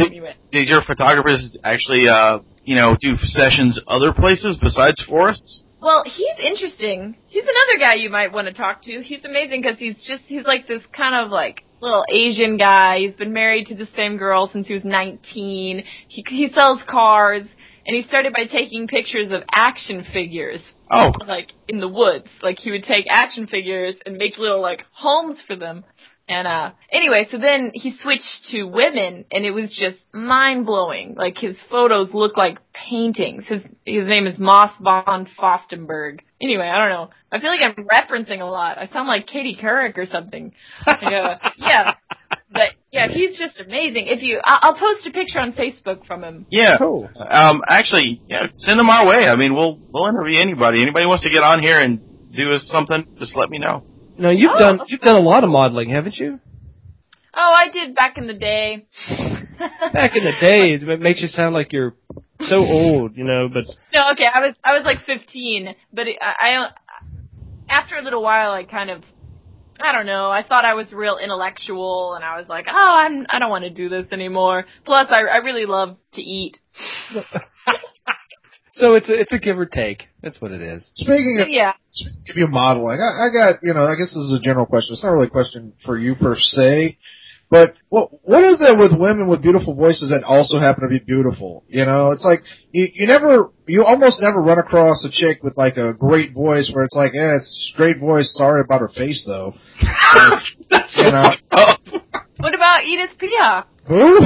B: anyway,
C: Did your photographers actually, uh, you know, do sessions other places besides forests?
B: well, he's interesting. He's another guy you might want to talk to. He's amazing because he's just he's like this kind of like little Asian guy. He's been married to the same girl since he was 19. He he sells cars. And he started by taking pictures of action figures,
C: Oh,
B: like in the woods. Like he would take action figures and make little like homes for them. And uh anyway, so then he switched to women and it was just mind blowing. Like his photos look like paintings. His his name is Moss von Fostenberg. Anyway, I don't know. I feel like I'm referencing a lot. I sound like Katie Couric or something.
E: [LAUGHS]
B: Yeah. yeah. But yeah, he's just amazing. If you I- I'll post a picture on Facebook from him.
C: yeah.
E: cool.
C: Um, actually, yeah, send them our way. I mean, we'll we'll interview anybody. Anybody wants to get on here and do us something, just let me know.
E: No, you've
B: Oh.
E: done you've done a lot of modeling, haven't you?
B: Oh, I did back in the day.
E: Back in the day, it ma- makes you sound like you're so old, you know. But
B: No, okay, I was I was like 15, but it, I, I don't- after a little while I kind of I don't know. I thought I was real intellectual, and I was like, "Oh, I'm I don't want to do this anymore." Plus, I I really love to eat.
E: so it's a, it's a give or take. That's what it is.
D: Speaking of
B: Yeah,
D: give you modeling. I, I got, you know, I guess this is a general question. It's not really a question for you per se, but what what is it with women with beautiful voices that also happen to be beautiful? You know, it's like you, you never, you almost never run across a chick with like a great voice where it's like, eh, it's great voice. Sorry about her face though.
C: [LAUGHS] That's
D: You know,
B: what about Edith Piaf
D: who?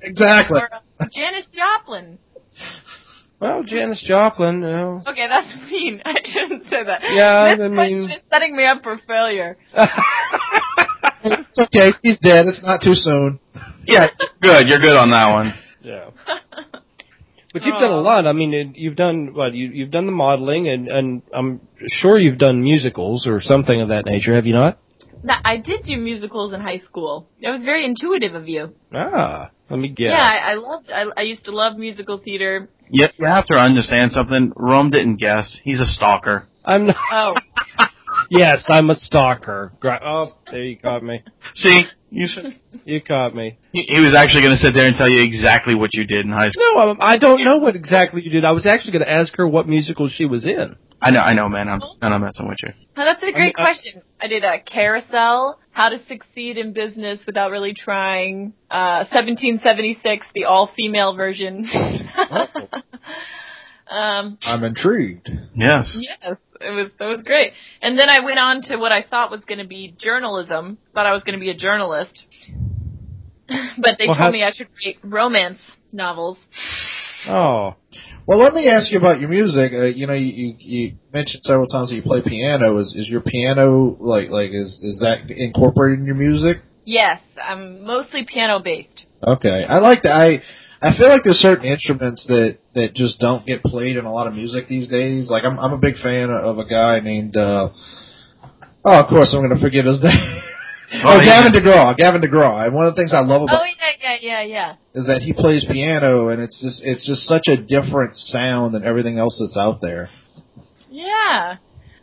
D: Exactly.
B: or uh, Janis Joplin?
E: Well, Janis Joplin, you know.
B: Okay, that's [LAUGHS] mean. I shouldn't say that.
E: Yeah,
B: this
E: I
B: question
E: mean-
B: is setting me up for failure.
D: It's okay. He's dead. It's not too soon.
C: yeah, good. You're good on that one.
E: yeah. [LAUGHS] But you've done a
B: Aw.
E: lot. I mean, it, you've done what? You, you've done the modeling, and and I'm sure you've done musicals or something of that nature. Have you not?
B: Now, I did do musicals in high school. That was very intuitive of you.
E: Ah, let me guess.
B: Yeah, I, I loved. I, I used to love musical theater.
C: You, you have to understand something. Rome didn't guess. He's a stalker.
E: I'm not.
B: Oh,
E: Yes, I'm a stalker. Gra- oh, there you caught me.
C: See, you, s-
E: You caught me.
C: he he was actually going to sit there and tell you exactly what you did in high school.
E: No, um, I, I don't know what exactly you did. I was actually going to ask her what musical she was in.
C: I know, I know, man. I'm kind of messing with you.
B: Now, that's a great
E: I-
B: question. I did a carousel, how to succeed in business without really trying, uh, 1776, the all-female version. [LAUGHS] um,
D: Oh, I'm intrigued.
C: Yes.
B: yes, it was that was great. And then I went on to what I thought was going to be journalism. Thought I was going to be a journalist, [LAUGHS] but they
E: Well,
B: told
E: how-
B: me I should write romance novels.
E: Oh,
D: Well, let me ask you about your music. Uh, you know, you, you, you mentioned several times that you play piano. Is is your piano like like is is that incorporated in your music?
B: Yes, I'm mostly piano-based.
D: Okay, I like that. I I feel like there's certain instruments that that just don't get played in a lot of music these days. Like I'm I'm a big fan of a guy named. Uh, oh, of course I'm going to forget his [LAUGHS] name. Oh,
C: yeah.
D: Gavin DeGraw. Gavin DeGraw. And one of the things I love about
B: Oh yeah, yeah, yeah, yeah.
D: is that he plays piano, and it's just it's just such a different sound than everything else that's out there.
B: Yeah.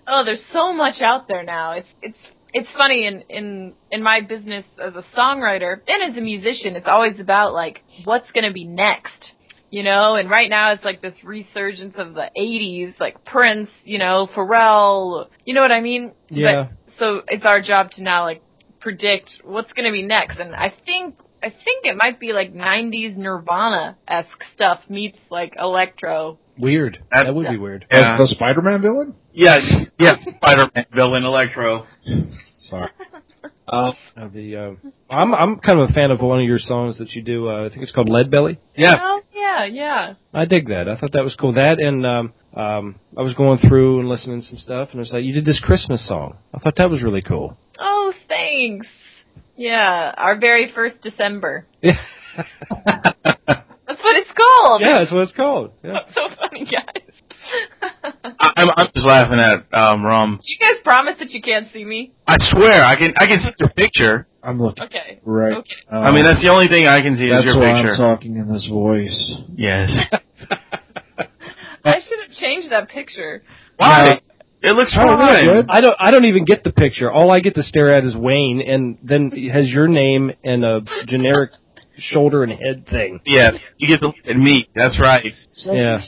B: Oh, there's so much out there now. It's it's it's funny in in in my business as a songwriter and as a musician, it's always about like what's going to be next. You know, and right now it's like this resurgence of the 80s, like Prince, you know, Pharrell, you know what I mean?
E: yeah.
B: But, so it's our job to now like predict what's going to be next. And I think, I think it might be like 90s Nirvana-esque stuff meets like electro.
E: Weird.
C: That-
E: That, would be weird.
C: Yeah.
D: As the Spider-Man villain.
C: Yeah. Yeah. Spider-Man, villain, Electro.
D: Sorry. Um,
E: Uh, the uh, I'm I'm kind of a fan of one of your songs that you do. Uh, I think it's called Lead Belly.
C: Yeah.
B: Oh yeah, yeah.
E: I dig that. I thought that was cool. That and um, um, I was going through and listening to some stuff, and it was like you did this Christmas song. I thought that was really cool. [LAUGHS]
B: Oh, thanks. Yeah, our very first December.
E: Yeah,
B: That's what it's called.
E: yeah, that's what it's called. Yeah.
B: [LAUGHS] That's so funny, guys. [LAUGHS]
C: I, I'm, I'm just laughing at um, Rum.
B: Do you guys promise that you can't see me?
C: I swear, I can I can see your picture.
D: I'm looking
B: Okay.
D: right.
B: Okay.
D: now.
C: I mean, that's the only thing I can see
D: That's
C: is your
D: why
C: picture.
D: I'm talking in this voice.
C: yes.
D: [LAUGHS]
C: [LAUGHS]
B: I should have changed that picture.
C: Why? It looks
D: Oh, that's
C: fine.
D: good.
E: I don't. I don't even get the picture. All I get to stare at is Wayne, and then it has your name and a generic shoulder and head thing.
C: Yeah. You get to look at me. That's right.
D: So
E: Yeah,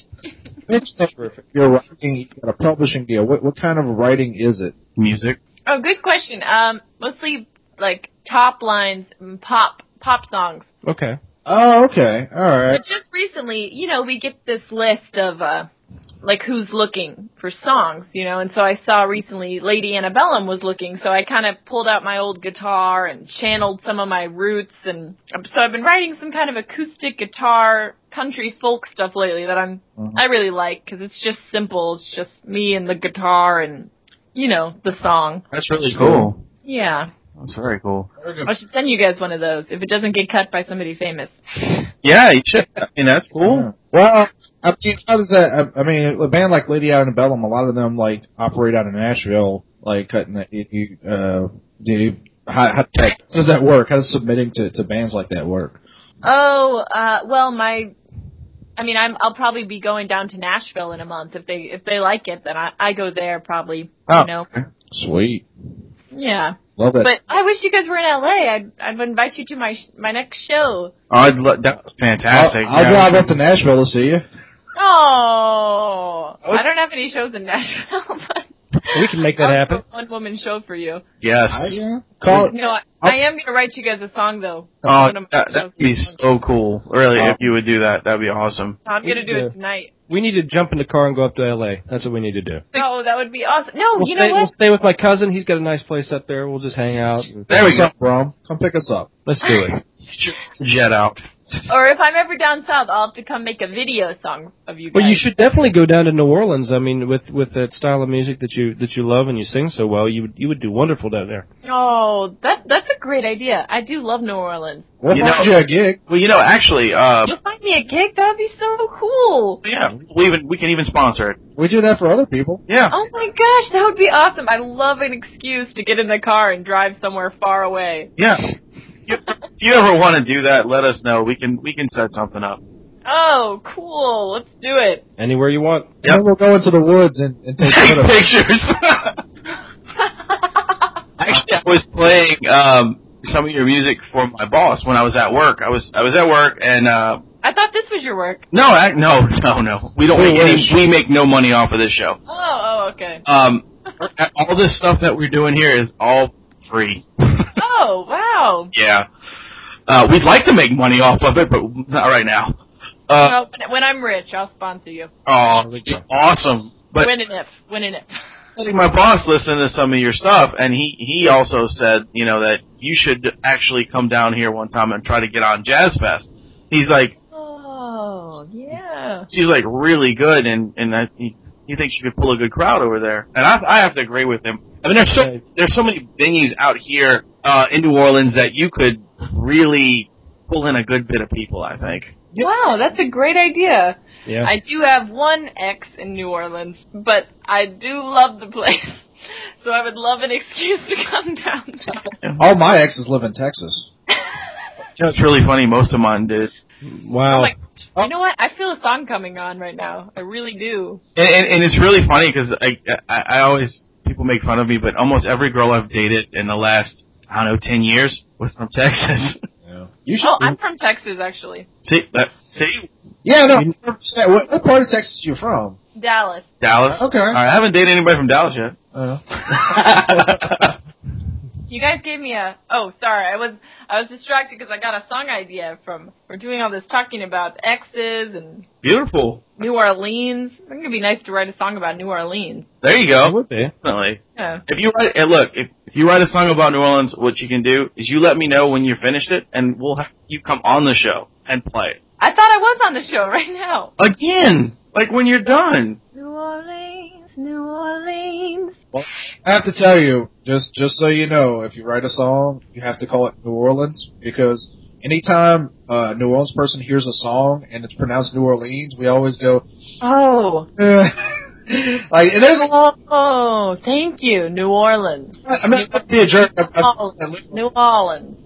D: next time
E: terrific.
D: you're writing, you got a publishing deal. What what kind of writing is it?
C: Music.
B: Oh, good question. Um, mostly like top lines, and pop pop songs.
E: Okay.
D: Oh, okay, all right.
B: But just recently, you know, we get this list of uh like who's looking for songs, you know, and so I saw recently Lady Antebellum was looking, so I kind of pulled out my old guitar and channeled some of my roots and um, so I've been writing some kind of acoustic guitar country folk stuff lately that I'm I really like cuz it's just simple, it's just me and the guitar and you know, the song.
C: That's really
D: cool.
C: cool.
B: Yeah.
C: That's very cool.
B: I should send you guys one of those if it doesn't get cut by somebody famous.
C: Yeah, you should. I mean, that's cool.
D: Well, I mean, how does that? I, I mean, a band like Lady Antebellum, a lot of them like operate out of Nashville. like cutting that you, uh, do you, how, how, how does that work? How does submitting to, to bands like that work?
B: Oh, uh, well, my, I mean, I'm, I'll probably be going down to Nashville in a month if they if they like it, then I, I go there probably.
D: Oh,
B: You know,
D: sweet,
B: yeah.
D: love that.
B: But I wish you guys were in LA. I'd I'd invite you to my sh- my next show.
C: I'd lo- that's
D: I'll,
C: fantastic.
D: I'll
C: Yeah.
D: drive up to Nashville to see you.
B: Oh,
E: Oh.
B: I don't have any shows in Nashville, [LAUGHS] but
E: We can make that
B: I'll
E: happen.
B: One woman show for you.
C: Yes.
D: I, yeah. Call it.
B: No, I,
E: Oh.
B: I am gonna write you guys a song though.
C: Oh,
B: One of my
C: that,
B: shows.
C: that'd be so cool. Really,
D: Oh.
C: if you would do that, that'd be awesome.
B: I'm gonna do
E: Yeah.
B: it tonight.
E: We need to jump in the car and go up to L.A. That's what we need to do.
B: Oh, that would be awesome. No,
E: We'll
B: you
E: stay.
B: know
E: We'll
B: what?
E: stay with my cousin. He's got a nice place up there. We'll just hang out. and-
C: There we
D: us
C: go.
D: up, Brom. Come pick us up.
E: Let's do it.
C: Jet out.
B: Or if I'm ever down south, I'll have to come make a video song of you guys.
E: Well, you should definitely go down to New Orleans. I mean, with with that style of music that you that you love and you sing so well, you would you would do wonderful down there.
B: Oh, that that's a great idea. I do love New Orleans.
D: We'll
C: You
D: find
C: know-
D: you a gig.
C: Well, you know, actually, uh,
B: You'll find me a gig. That'd be so
C: [LAUGHS]
B: cool.
C: yeah, we even we can even sponsor it.
D: We do that for other people.
C: Yeah.
B: Oh my gosh, that would be awesome. I love an excuse to get in the car and drive somewhere far away.
C: Yeah. If if you ever want to do that, let us know. We can we can set something up.
B: Oh, cool. Let's do
C: [LAUGHS]
B: it.
E: Anywhere you want.
D: And then we'll go into the woods and, and [LAUGHS] take
C: Take [LAUGHS]
D: photos.
C: pictures. Actually, I was playing um, some of your music for my boss when I was at work. I was I was at work, and uh,
B: I thought this was your work.
C: no, I, no, [LAUGHS] no, no. We don't
D: We
C: make any.
D: wish.
C: We make no money off of this show.
B: Oh, oh, okay.
C: Um, all this stuff that we're doing here is all free.
B: Oh, wow.
C: yeah. Uh, we'd like to make money off of it, but not right now. Uh,
B: Well, when, when I'm rich, I'll sponsor you.
C: oh, awesome. But
B: when and if. When and if. [LAUGHS]
C: letting my boss listen to some of your stuff, and he he also said, you know, that you should actually come down here one time and try to get on Jazz Fest. He's like,
B: Oh, yeah.
C: she's like really good, and and I, he, he thinks she could pull a good crowd over there. And I I have to agree with him. I mean, there's so
E: Right.
C: there's so many venues out here uh, in New Orleans that you could really pull in a good bit of people. I think.
B: Wow, that's a great idea.
E: Yeah.
B: I do have one ex in New Orleans, but I do love the place. [LAUGHS] So I would love an excuse to come [LAUGHS] down there.
D: All my exes live in Texas.
C: That's really funny. Most of mine did.
E: wow.
B: Oh my- You know what? I feel a song coming on right now. I really do.
C: And, and, and it's really funny because I, I I always people make fun of me, but almost every girl I've dated in the last I don't know ten years was from Texas. [LAUGHS]
D: Yeah. You should.
B: Oh, I'm from Texas actually.
C: see, uh, see,
D: yeah, no. Say, What, what part of Texas are you from?
B: Dallas.
C: Dallas.
D: Okay.
C: All right, I haven't dated anybody from Dallas yet.
D: Uh,
B: You guys gave me a Oh, sorry. I was I was distracted because I got a song idea from from doing all this talking about exes and
C: Beautiful.
B: New Orleans. I think it'd be nice to write a song about New Orleans.
C: There you
E: It
C: go.
E: would be.
C: Definitely.
B: Yeah.
C: If you write, and look, if, if you write a song about New Orleans, what you can do is you let me know when you're finished it, and we'll have you come on the show and play it
B: I thought I was on the show [LAUGHS] right now.
C: again. Like when you're done.
B: New Orleans, New Orleans.
D: I have to tell you, just just so you know, if you write a song, you have to call it New Orleans because anytime uh, New Orleans person hears a song and it's pronounced New Orleans, we always go. [LAUGHS]
B: Oh.
D: Eh. like and there's a long.
B: Oh, thank you, New Orleans.
D: I'm not going to be a jerk. I, I,
B: New Orleans.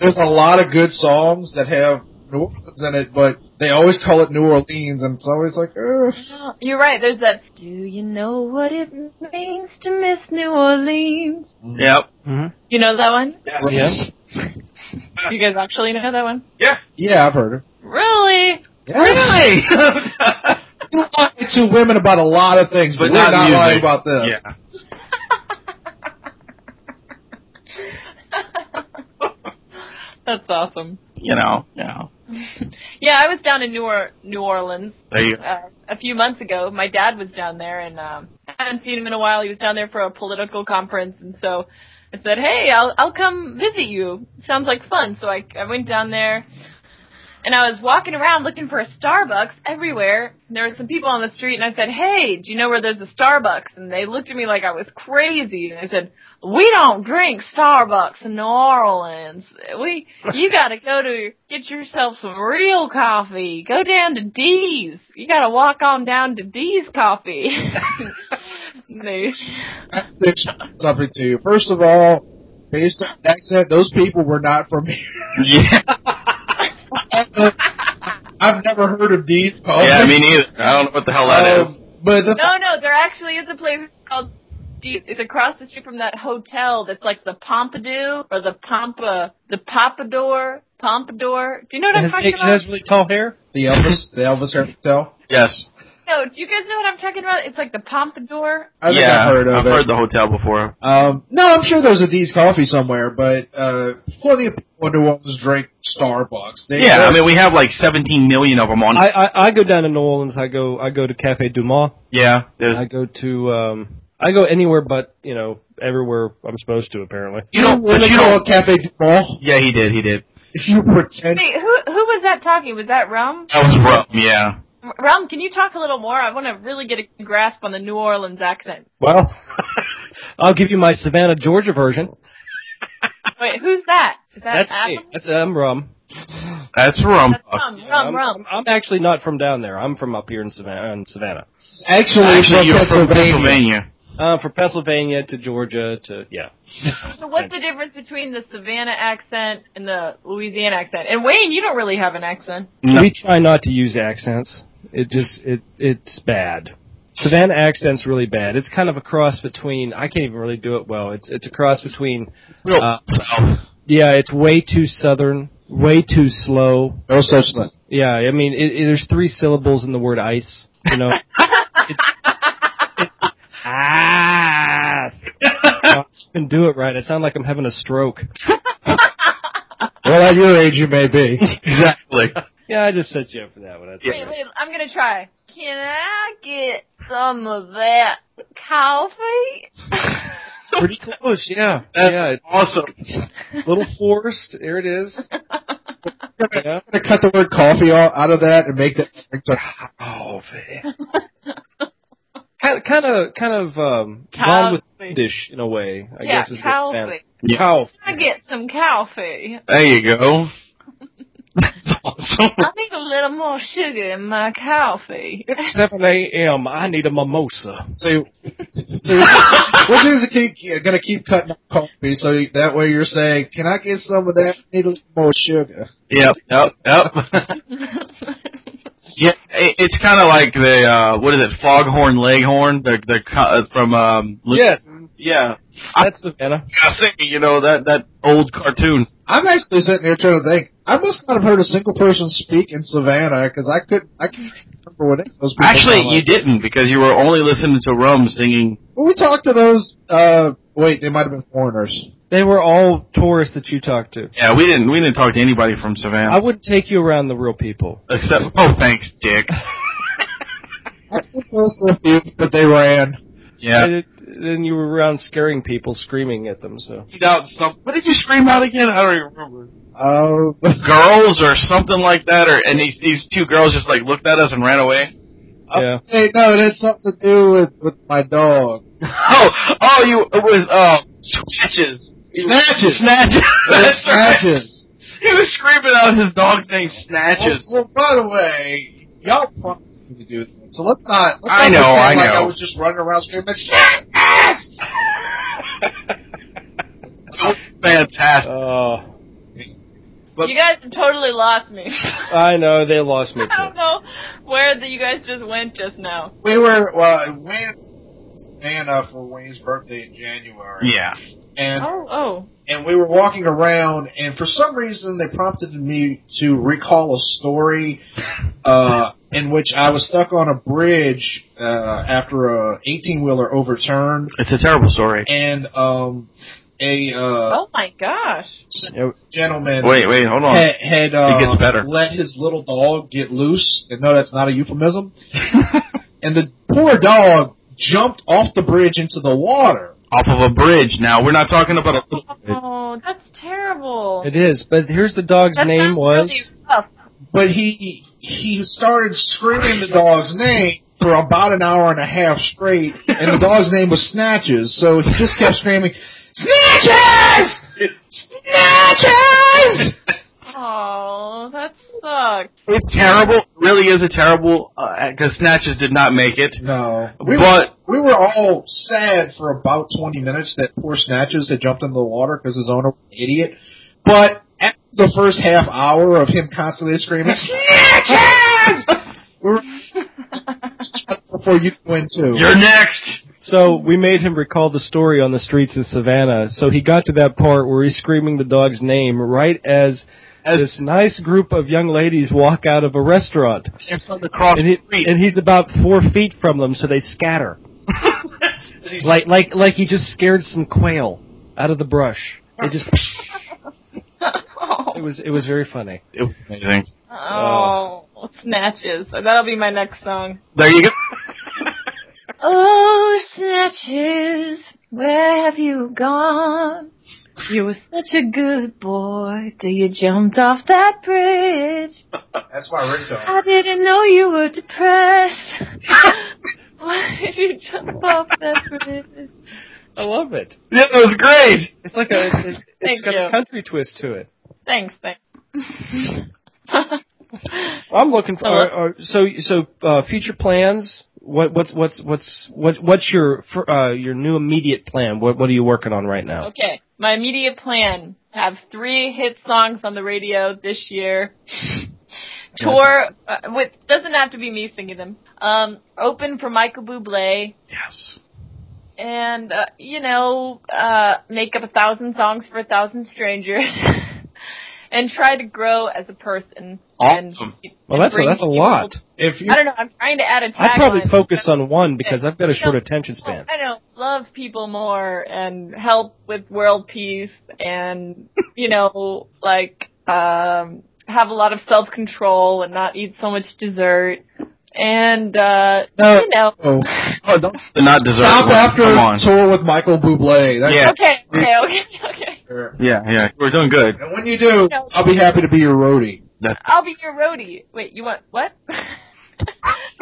D: there's a lot of good songs that have New Orleans in it, but they always call it New Orleans, and it's always like, eh.
B: No, You're right. There's that. Do you know what it means to miss New Orleans?
D: [LAUGHS]
C: Yep.
E: Mm-hmm.
B: You know that one?
E: Yeah.
B: You guys actually know that one?
D: yeah, I've heard it.
B: Really? [LAUGHS]
D: Yeah. [LAUGHS] You lie to women about a lot of things,
C: But
D: but we're
C: not
D: not,
C: music.
D: lying about this.
C: yeah.
B: That's awesome.
C: You know. Yeah.
B: Yeah, I was down in New, or- New Orleans
C: There
D: [LAUGHS]
C: you
B: uh, a few months ago. My dad was down there, and um, I hadn't seen him in a while. He was down there for a political conference, and so I said, "Hey, I'll I'll come visit you. Sounds like fun." So I I went down there, and I was walking around looking for a Starbucks everywhere. And there were some people on the street, and I said, "Hey, do you know where there's a Starbucks?" And they looked at me like I was crazy, and they said. We don't drink Starbucks in New Orleans. We,
E: [LAUGHS]
B: you gotta go to get yourself some real coffee. Go
E: [LAUGHS]
B: down to D's. You gotta walk on down to D's coffee. They,
D: It's something to you. First of all, based on the accent, those people were not from here. [LAUGHS]
C: Yeah,
D: I've never heard of these. Poems.
C: yeah, me neither. I don't know what the hell that is.
D: Um, But the
B: no, no, there actually is a place called. D- It's across the street from that hotel that's like the Pompadour or the Pompa, the Pompadour, Pompadour. Do you know what I'm
E: Has,
B: talking
E: it
B: about?
E: has really tall hair.
D: the Elvis, the Elvis hotel.
C: Yes,
B: No, do you guys know what I'm talking about? It's like the Pompadour.
D: I think
C: yeah,
D: I've heard of
C: I've
D: it.
C: heard the hotel before.
D: Um, no, I'm sure there's a D's coffee somewhere, but uh, plenty of people in New Orleans drink Starbucks. They,
C: Yeah, I mean we have like 17 million of them on.
E: I, I I go down to New Orleans. I go I go to Cafe Dumas.
C: yeah, there's
E: I go to um I go anywhere but you know everywhere I'm supposed to apparently.
C: you don't, but
D: really
C: you
D: call
C: don't.
D: a Cafe Du Monde
C: Yeah, he did, he did.
D: if you pretend.
B: Wait, who who was that talking? Was that Rum?
C: That was rough. Yeah,
B: Rum, can you talk a little more? I want to really get a grasp on the New Orleans accent.
E: Well, [LAUGHS] I'll give you my Savannah, Georgia version.
B: Wait, who's that? Is that
E: That's
B: Adam?
E: me. That's I'm rum.
B: That's
C: that's rum.
B: Rum. Rum,
E: I'm,
B: Rum.
E: I'm actually not from down there. I'm from up here in Savannah. In Savannah.
D: Actually,
C: Actually,
D: from
C: you're from
D: Pennsylvania.
C: Pennsylvania.
E: Uh, from Pennsylvania to Georgia to yeah.
B: So what's the difference between the Savannah accent and the Louisiana accent? And Wayne, you don't really have an accent.
C: No.
E: We try not to use accents. It just it it's bad. Savannah accent's really bad. It's kind of a cross between I can't even really do it well. It's it's a cross between
C: Real
E: Uh,
C: south.
E: yeah, it's way too southern, way too slow.
D: No such thing.
E: Yeah, I mean, it, it, there's three syllables in the word ice.
D: [LAUGHS]
E: You know, ah, I can do it right. I sound like I'm having a stroke.
D: Well, at your age, you may be.
C: Exactly.
E: Yeah, I just set you up for that one. That's all
B: Wait,
E: right.
B: wait, I'm gonna try. Can I get some of that coffee?
E: Pretty close, yeah.
C: That's
E: yeah,
C: awesome.
E: little forest. There
D: [LAUGHS]
E: it is. Yeah.
D: I'm going to cut the word coffee all, out of that and make that.
E: Oh, [LAUGHS] kind kind of kind of um,
B: Cow
E: gone with
B: feet.
E: Swedish in a way. I
B: yeah,
E: guess is what it
B: coffee.
E: meant. Cow.
B: Can I get some coffee?
C: There you go. [LAUGHS] That's awesome.
B: I need a little more sugar in my coffee.
E: [LAUGHS] It's seven a.m. I need
D: [LAUGHS]
E: a mimosa.
D: So, so what is keep going to keep cutting up coffee? So you- that way you're saying, "Can I get some of that? I need a little more sugar."
C: Yep, yep, yep. Yeah, it, it's kind of like the uh what is it, Foghorn Leghorn, the the co- uh, from um Lu-
E: Yes,
C: yeah,
E: that's Savannah.
C: I think you know that that old cartoon.
D: I'm actually sitting here trying to think. I must not have heard a single person speak in Savannah because I couldn't. I can't remember what any of those people.
C: Actually,
D: sound like.
C: you didn't because you were only listening to Rum singing.
D: When we talked to those, uh, wait, they might have been foreigners.
E: They were all tourists that you talked to.
C: Yeah, we didn't we didn't talk to anybody from
E: I
C: Savannah
E: wouldn't take you around the real people.
C: except oh thanks [LAUGHS] Dick.
D: I was close to a few, but they ran.
C: Yeah,
E: And it, then you were around scaring people, screaming at them. So
C: out some. What did you scream out again? I don't even remember.
D: [LAUGHS] Uh,
C: Girls or something like that, or and these these two girls just like looked at us and ran away. [LAUGHS]
E: yeah,
D: hey, no, it had something to do with with my dog.
C: Oh, oh, you it was uh snatches.
D: Snatches.
C: Snatches. [LAUGHS] That's right.
D: Snatches.
C: He was screaming out his dog's name,
D: Well,
C: Snatches.
D: well, by the way, y'all probably need to do that. So let's not. Let's not
C: I know,
D: pretend
C: I
D: like
C: know.
D: I was just running around screaming. Snatches.
C: Fantastic.
E: oh,
B: [LAUGHS]
C: But-
B: you guys have totally lost me. [LAUGHS]
E: I know they lost me
B: I don't
E: too.
B: know where the, you guys just went just now.
D: We were well, Wayne Savannah for Wayne's birthday in January.
C: Yeah.
D: And
B: Oh, oh.
D: and we were walking around, and for some reason they prompted me to recall a story uh, in which I was stuck on a bridge uh, after a 18 wheeler overturned,
C: It's a terrible story.
D: and um, a uh,
B: Oh my gosh.
D: gentleman
C: Wait, wait, hold on.
D: had, had uh,
C: It gets better.
D: let his little dog get loose, and no, that's not
C: [LAUGHS]
D: a euphemism. and the poor dog jumped off the bridge into the water.
C: Off of a bridge. Now we're not talking about a little bridge.
B: Oh, that's terrible.
E: [LAUGHS] It is, but here's the dog's
B: that
E: name
B: sounds
E: was.
B: really rough.
D: But he he started screaming the dog's name for about an hour and a half straight, and the dog's name was Snatches. So he just kept screaming, Snatches,
C: [LAUGHS]
D: Snatches.
B: Oh, that sucked.
C: uh, It's terrible. It really is a terrible because Snatches did not make it.
D: No, we were,
C: But
D: we were all sad for about 20 minutes that poor Snatches had jumped into the water because his owner was an idiot. But after the first half hour of him constantly screaming, Snatches! we were [LAUGHS] before you went too.
C: You're next.
E: So we made him recall the story on the streets of Savannah. So he got to that part where he's screaming the dog's name right as,
C: As-
E: this nice group of young ladies walk out of a restaurant.
D: It's on the
C: Across
E: And, he,
C: the street.
E: and he's about four feet from them, so they [LAUGHS] scatter.
C: He's-
E: Like like like he just scared some quail out of the brush. It just it
B: oh,
E: was it was very funny.
C: it was amazing.
B: [LAUGHS] oh, snatches. That'll be my next song.
C: There you go.
B: Oh, snatches, where have you gone? You were such a good boy till you jumped off that bridge.
D: That's my ringtone.
B: I didn't know you were depressed. Why did you jump off that bridge?
E: I love it.
C: Yeah, that was great.
E: It's like a it, it's [LAUGHS]
B: Thank
E: got a
B: you.
E: country twist to it.
B: Thanks, thanks.
E: I'm looking for
B: I love-
E: uh, uh, so so uh, future plans. What what's what's what's what what's your fir- uh, your new immediate plan? What what are you working on right now?
B: [LAUGHS] okay, my immediate plan: have three hit songs on the radio this
E: [LAUGHS]
B: year. Tour uh, with doesn't have to be me singing them. Um, open for Michael Bublé,
C: Yes.
B: and uh, you know, uh, make up a thousand songs for a thousand strangers, [LAUGHS] and try to grow as a person.
C: Awesome.
B: And,
E: Well,
B: and
E: that's a,
B: bring
E: that's a
B: people
E: lot.
D: If you
B: I don't know. I'm trying to add a tagline.
E: I'd probably focus
B: But
E: on one because I've got a short attention span.
B: I don't love people more and help with world peace and you know like um have a lot of self control and not eat so much dessert and uh
D: No.
B: you know
D: oh,
C: Oh, don't not deserve.
D: stop
C: it.
D: after
C: Come on.
D: tour with Michael Bublé. That's
C: Yeah.
B: okay okay okay okay
D: fair.
C: Yeah, yeah. We're doing good.
D: And when you do,
B: No.
D: I'll be happy to be your roadie.
B: I'll be your roadie. Wait, you want what? [LAUGHS]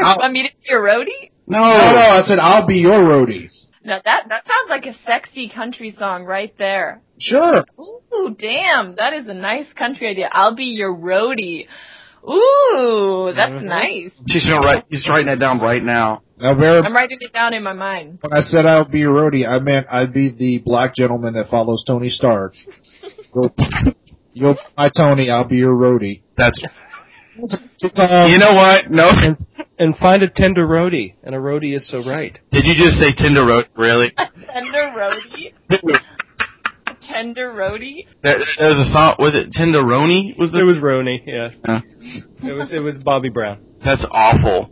D: I'll-
B: want me to be your roadie?
C: No.
D: No, Oh, no, I said I'll be your roadie.
B: Now that that sounds like a sexy country song right there.
D: Sure.
B: Ooh, damn, that is a nice country idea. I'll be your roadie. Ooh, that's
E: Mhm.
B: nice.
C: She's gonna write. She's writing that down right now.
D: Now, Vera,
B: I'm writing it down in my mind.
D: when I said I'll be your roadie, I meant I'd be the black gentleman that follows Tony Stark. You'll, you'll be my Tony, I'll be your roadie.
C: That's.
D: It's, um,
C: You know what? No.
E: And and find a tender roadie, and a roadie is so right.
C: Did you just say Tinder road? [LAUGHS] Really?
B: Tender roadie. Tender roadie.
C: There, there was a song. Was it Tenderoni? Was
E: It
C: the?
E: was Roni, yeah.
C: Yeah.
E: It was it was Bobby Brown.
C: That's awful.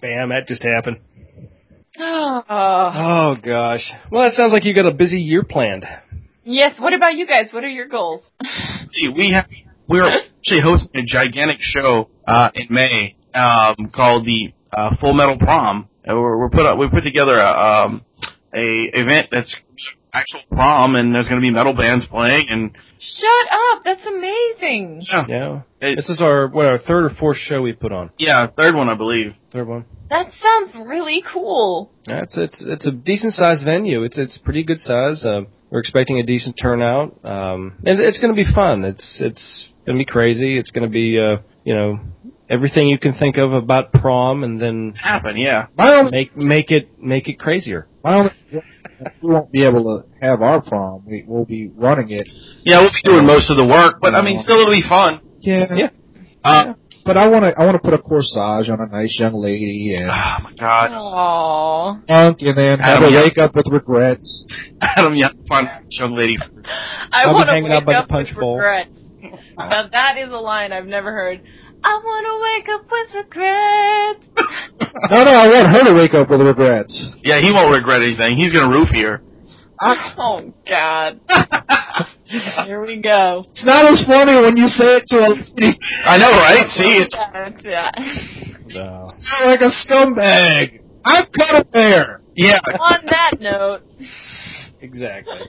E: Bam, that just happened.
B: Oh.
E: Oh gosh. Well, that sounds like you got a busy year planned.
B: Yes, what about you guys? What are your goals?
C: Gee, we have we're actually hosting a gigantic show uh, in May um, called the uh, Full Metal Prom. And We're, we're put up, we put together a um, a event that's actual prom, and there's going to be metal bands playing, and
B: Shut up, that's amazing.
E: Yeah.
C: It-
E: This is our what our third or fourth show we put on.
C: yeah, third one I believe.
E: Third one.
B: That sounds really cool.
E: Yeah, it's it's it's a decent sized venue. It's it's pretty good size. Um, we're expecting a decent turnout, um, and it's going to be fun. It's it's going to be crazy. It's going to be uh, you know everything you can think of about prom, and then
C: Happen, yeah.
D: my only,
E: make make it make it crazier.
D: my only, we won't be able to have our prom. We, we'll be running it.
C: Yeah, we'll be doing most of the work, but I mean, still it'll be fun.
D: Yeah.
E: Yeah.
C: Uh,
D: But I want to, I want to put a corsage on a nice young lady and
C: Oh my God, [LAUGHS]
B: Aww.
D: punk and then have
C: Adam,
D: her
C: yeah.
D: wake up with regrets.
C: Adam, you have to find a young lady.
B: I
E: I'll be
B: want to
E: hanging
B: wake
E: out by the
B: up
E: punch
B: with
E: bowl.
B: regrets. now that is a line I've never heard. I want to wake up with regrets.
D: No, no, I want her to wake up with regrets.
C: Yeah, he won't regret anything. He's gonna roof here. Ah.
B: Oh
C: [LAUGHS]
B: God. Here we go.
D: It's not as funny when you say it to a lady.
C: I know, right? See, it's
B: Yeah.
E: So.
D: It's not like a scumbag. I'm cut a bear.
C: yeah.
B: [LAUGHS] On that note,
E: Exactly.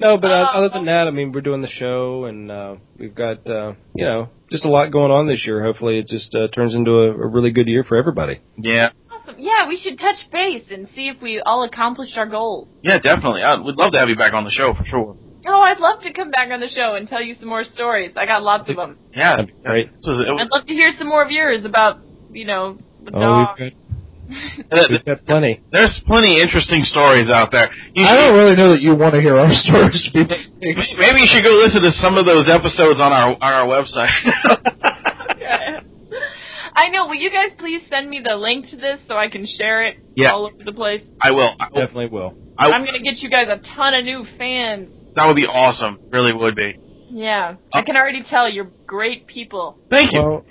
E: No, but uh,
B: Oh.
E: other than that, I mean, we're doing the show, and uh, we've got uh, you know just a lot going on this year. Hopefully, it just uh, turns into a, a really good year for everybody.
C: Yeah.
B: awesome. Yeah, we should touch base and see if we all accomplished our goals.
C: Yeah, definitely. I would love to have you back on the show for sure.
B: Oh, I'd love to come back on the show and tell you some more stories. I got lots of them.
C: Yeah,
E: That'd be great.
C: This was- it was-
B: I'd love to hear some more of yours about you know, the
E: Oh,
B: dog.
E: we've got,
C: There-
E: we've got plenty.
C: There's plenty of interesting stories out there. You
D: I
C: should-
D: don't really know that you want to hear our [LAUGHS] stories. people.
C: Maybe you should go listen to some of those episodes on our on our [LAUGHS] website.
B: [LAUGHS] I know. Will you guys please send me the link to this so I can share it
C: Yeah.
B: all over the place?
C: I will. I will.
E: Definitely will.
C: I
B: I'm gonna get you guys a ton of new fans.
C: that would be awesome. Really would be.
B: Yeah,
C: Oh.
B: I can already tell you're great people.
C: Thank you.
E: Well,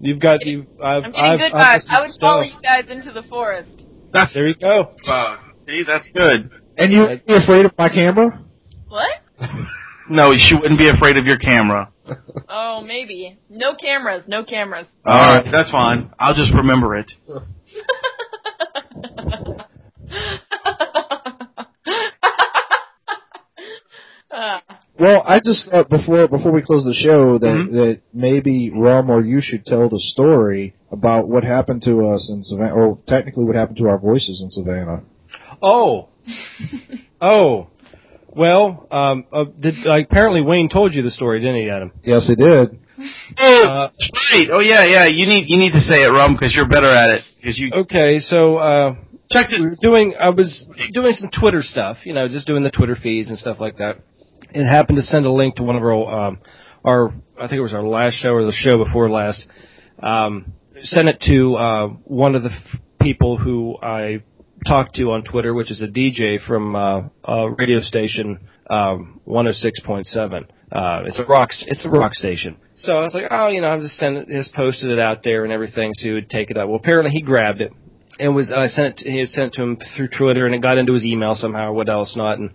E: you've got you. I've,
B: I'm getting
E: I've,
B: good
E: I've
B: vibes.
E: listened
B: I
E: to
B: would follow
E: stuff.
B: you guys into the forest.
C: That's
E: There you go.
C: uh, see, that's good.
D: And you you afraid of my camera?
E: [LAUGHS]
B: What?
C: No, she wouldn't be afraid of your camera.
B: Oh, maybe. No cameras. No cameras. [LAUGHS]
C: All right, that's fine. I'll just remember it.
B: Uh,
D: Well, I just thought before before we close the show that
C: Mhm.
D: that maybe Rum or you should tell the story about what happened to us in Savannah, or technically what happened to our voices in Savannah.
B: [LAUGHS]
E: Oh. oh. Well, um, uh, did, like, apparently Wayne told you the story, didn't he, Adam?
D: Yes, it did.
C: Oh,
E: Uh,
C: that's right. Oh yeah, yeah. You need you need to say it, Rum, because you're better at it. Because you
E: Okay, so uh,
C: check
E: we
C: this.
E: were doing. I was doing some Twitter stuff, you know, just doing the Twitter feeds and stuff like that. And happened to send a link to one of our, um, our I think it was our last show or the show before last. Um, sent it to uh, one of the f- people who I talked to on Twitter, which is a DJ from uh, a radio station um, 106.7. Uh, it's a rock. It's a rock station. So I was like, oh, you know, I'm just sending, just posted it out there and everything, so he would take it up. Well, apparently he grabbed it and was I sent it, he had sent it to him through Twitter, and it got into his email somehow, or what else not, and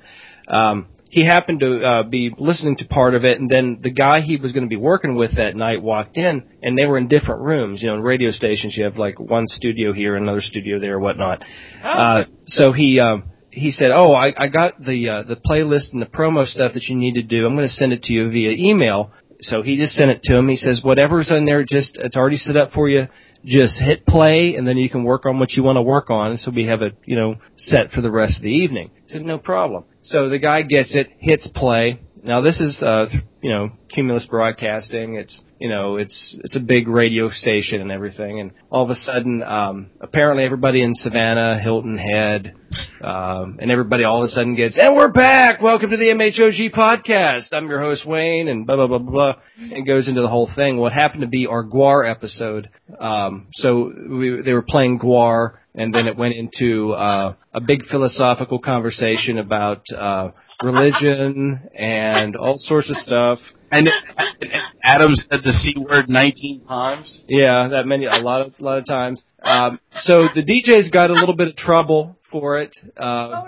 E: um, he happened to uh, be listening to part of it, and then the guy he was going to be working with that night walked in, and they were in different rooms. You know, in radio stations, you have like one studio here, another studio there, whatnot. Uh, so he um, he said, "Oh, I, I got the uh, the playlist and the promo stuff that you need to do. I'm going to send it to you via email." So he just sent it to him. He says, "Whatever's in there, just it's already set up for you. Just hit play, and then you can work on what you want to work on." So we have it, you know, set for the rest of the evening. I said, "No problem." So the guy gets it, hits play. Now this is, uh, you know, Cumulus Broadcasting. It's, you know, it's it's a big radio station and everything. And all of a sudden, um, apparently everybody in Savannah, Hilton Head, um, and everybody all of a sudden gets, and we're back. Welcome to the MHOG podcast. I'm your host Wayne, and blah blah blah blah, blah, and goes into the whole thing. What happened to be our Guar episode? Um, so we, they were playing Guar, and then it went into uh, a big philosophical conversation about uh, religion and all sorts of stuff.
C: And, and Adam said the c word 19 times.
E: Yeah, that many a lot of a lot of times. Um, so the DJs got a little bit of trouble for it. Um,
B: oh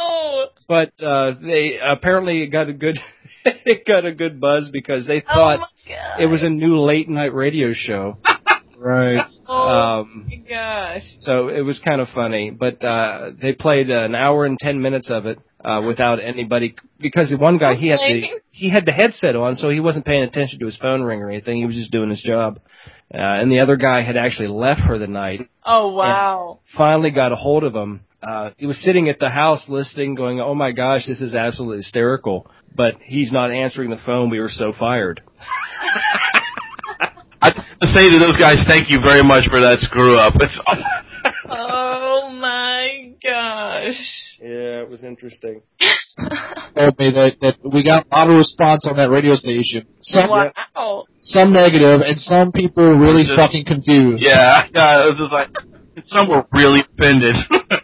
B: no!
E: but uh, they apparently it got a good [LAUGHS] it got a good buzz because they
B: Oh
E: thought
B: my god!
E: it was a new late night radio show.
D: Right.
B: Oh
E: Um,
B: my gosh!
E: so it was kind of funny, but uh, they played an hour and ten minutes of it uh, without anybody because the one guy he had the he had the headset on, so he wasn't paying attention to his phone ring or anything. He was just doing his job, uh, and the other guy had actually left for the night.
B: Oh wow!
E: finally got a hold of him. Uh, he was sitting at the house listening, going, "Oh my gosh, this is absolutely hysterical." But he's not answering the phone. We were so fired.
C: I have to say to those guys, thank you very much for that screw up. It's
B: Oh my gosh!
E: Yeah, it was interesting.
D: Told me that, that we got a lot of response on that radio station. Some
B: Wow!
D: some negative, and some people were really
C: Just-
D: fucking confused.
C: [LAUGHS] yeah, yeah. It was just like some were really offended. [LAUGHS]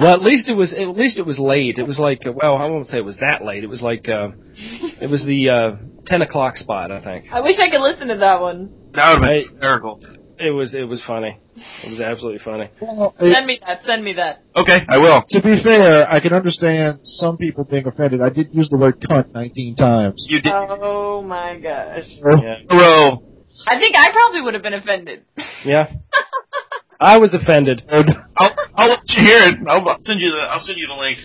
E: Well, at least it was at least it was late. It was like uh, well, I won't say it was that late. It was like uh, it was the uh, ten o'clock spot, I think.
B: I wish I could listen to that one.
C: that would have
E: Right.
C: been hysterical.
E: It was it was funny. It was absolutely funny.
D: Well, it-
B: Send me that. Send me that.
C: Okay, I will.
D: to be fair, I can understand some people being offended. I did use the word cunt 19 times.
C: You did
B: Oh my gosh!
E: Yeah,
C: in a row.
B: I think I probably would have been offended.
E: yeah. I was offended.
C: I'll, I'll let you hear it. I'll, I'll send you the. I'll send you the link.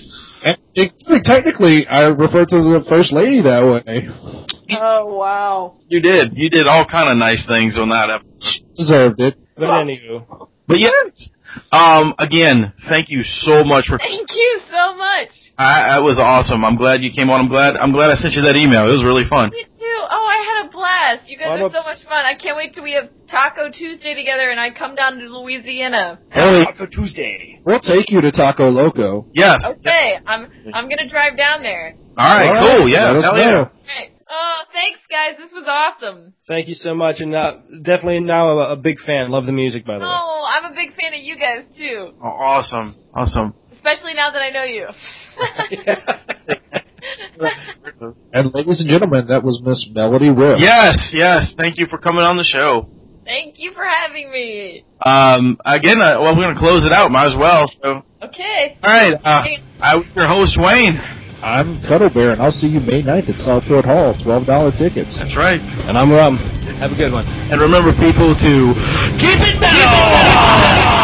D: And it, technically, I refer to the first lady that way.
B: [LAUGHS] Oh wow!
C: You did. You did all kind of nice things on that episode.
D: Deserved it.
E: But anywho,
C: But yeah. Um. Again, thank you so much for.
B: Thank you so much.
C: I, that was awesome. I'm glad you came on. I'm glad. I'm glad I sent you that email. It was really fun.
B: Me too. Oh, I had a blast. You guys
E: I'm
B: are
E: a-
B: so much fun. I can't wait till we have Taco Tuesday together and I come down to Louisiana.
D: Hey,
F: Taco Tuesday.
D: we'll take you to Taco Loco.
C: Yes.
B: Okay, I'm I'm gonna drive down there.
C: All right.
E: All right.
C: Cool. Yeah.
D: Let us
C: hell yeah.
D: know.
B: Right. Oh, thanks guys. This was awesome.
E: Thank you so much, and uh, definitely now a, a big fan. Love the music, by the way.
B: Oh, I'm a big fan of you guys too,
C: Oh, awesome. Awesome.
B: especially now that I know [LAUGHS] you.
D: And ladies and gentlemen, that was Miss Melody Riff.
C: Yes. Yes. Thank you for coming on the show.
B: Thank you for having me.
C: Um, again, uh, well, we're going to close it out. Might as well. So, all
B: Okay.
C: right. Uh, I was your host, Wayne.
D: I'm Cuddle Bear, and I'll see you May 9th at Southfield Hall. $12 tickets.
C: That's right.
E: And I'm Rum. Have a good one.
C: And remember, people, to keep it metal.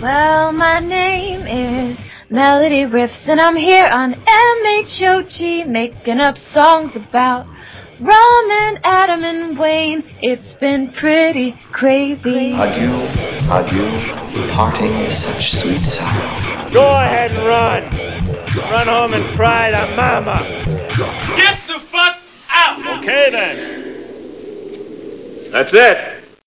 G: Well, my name is Melody Riffs, and I'm here on MHOG making up songs about Ramen, Adam, and Wayne. It's been pretty crazy.
H: Are you, are you parting with such sweet sorrow?
I: Go ahead and run. Run home and cry to mama. Get the fuck out. Okay then. That's it.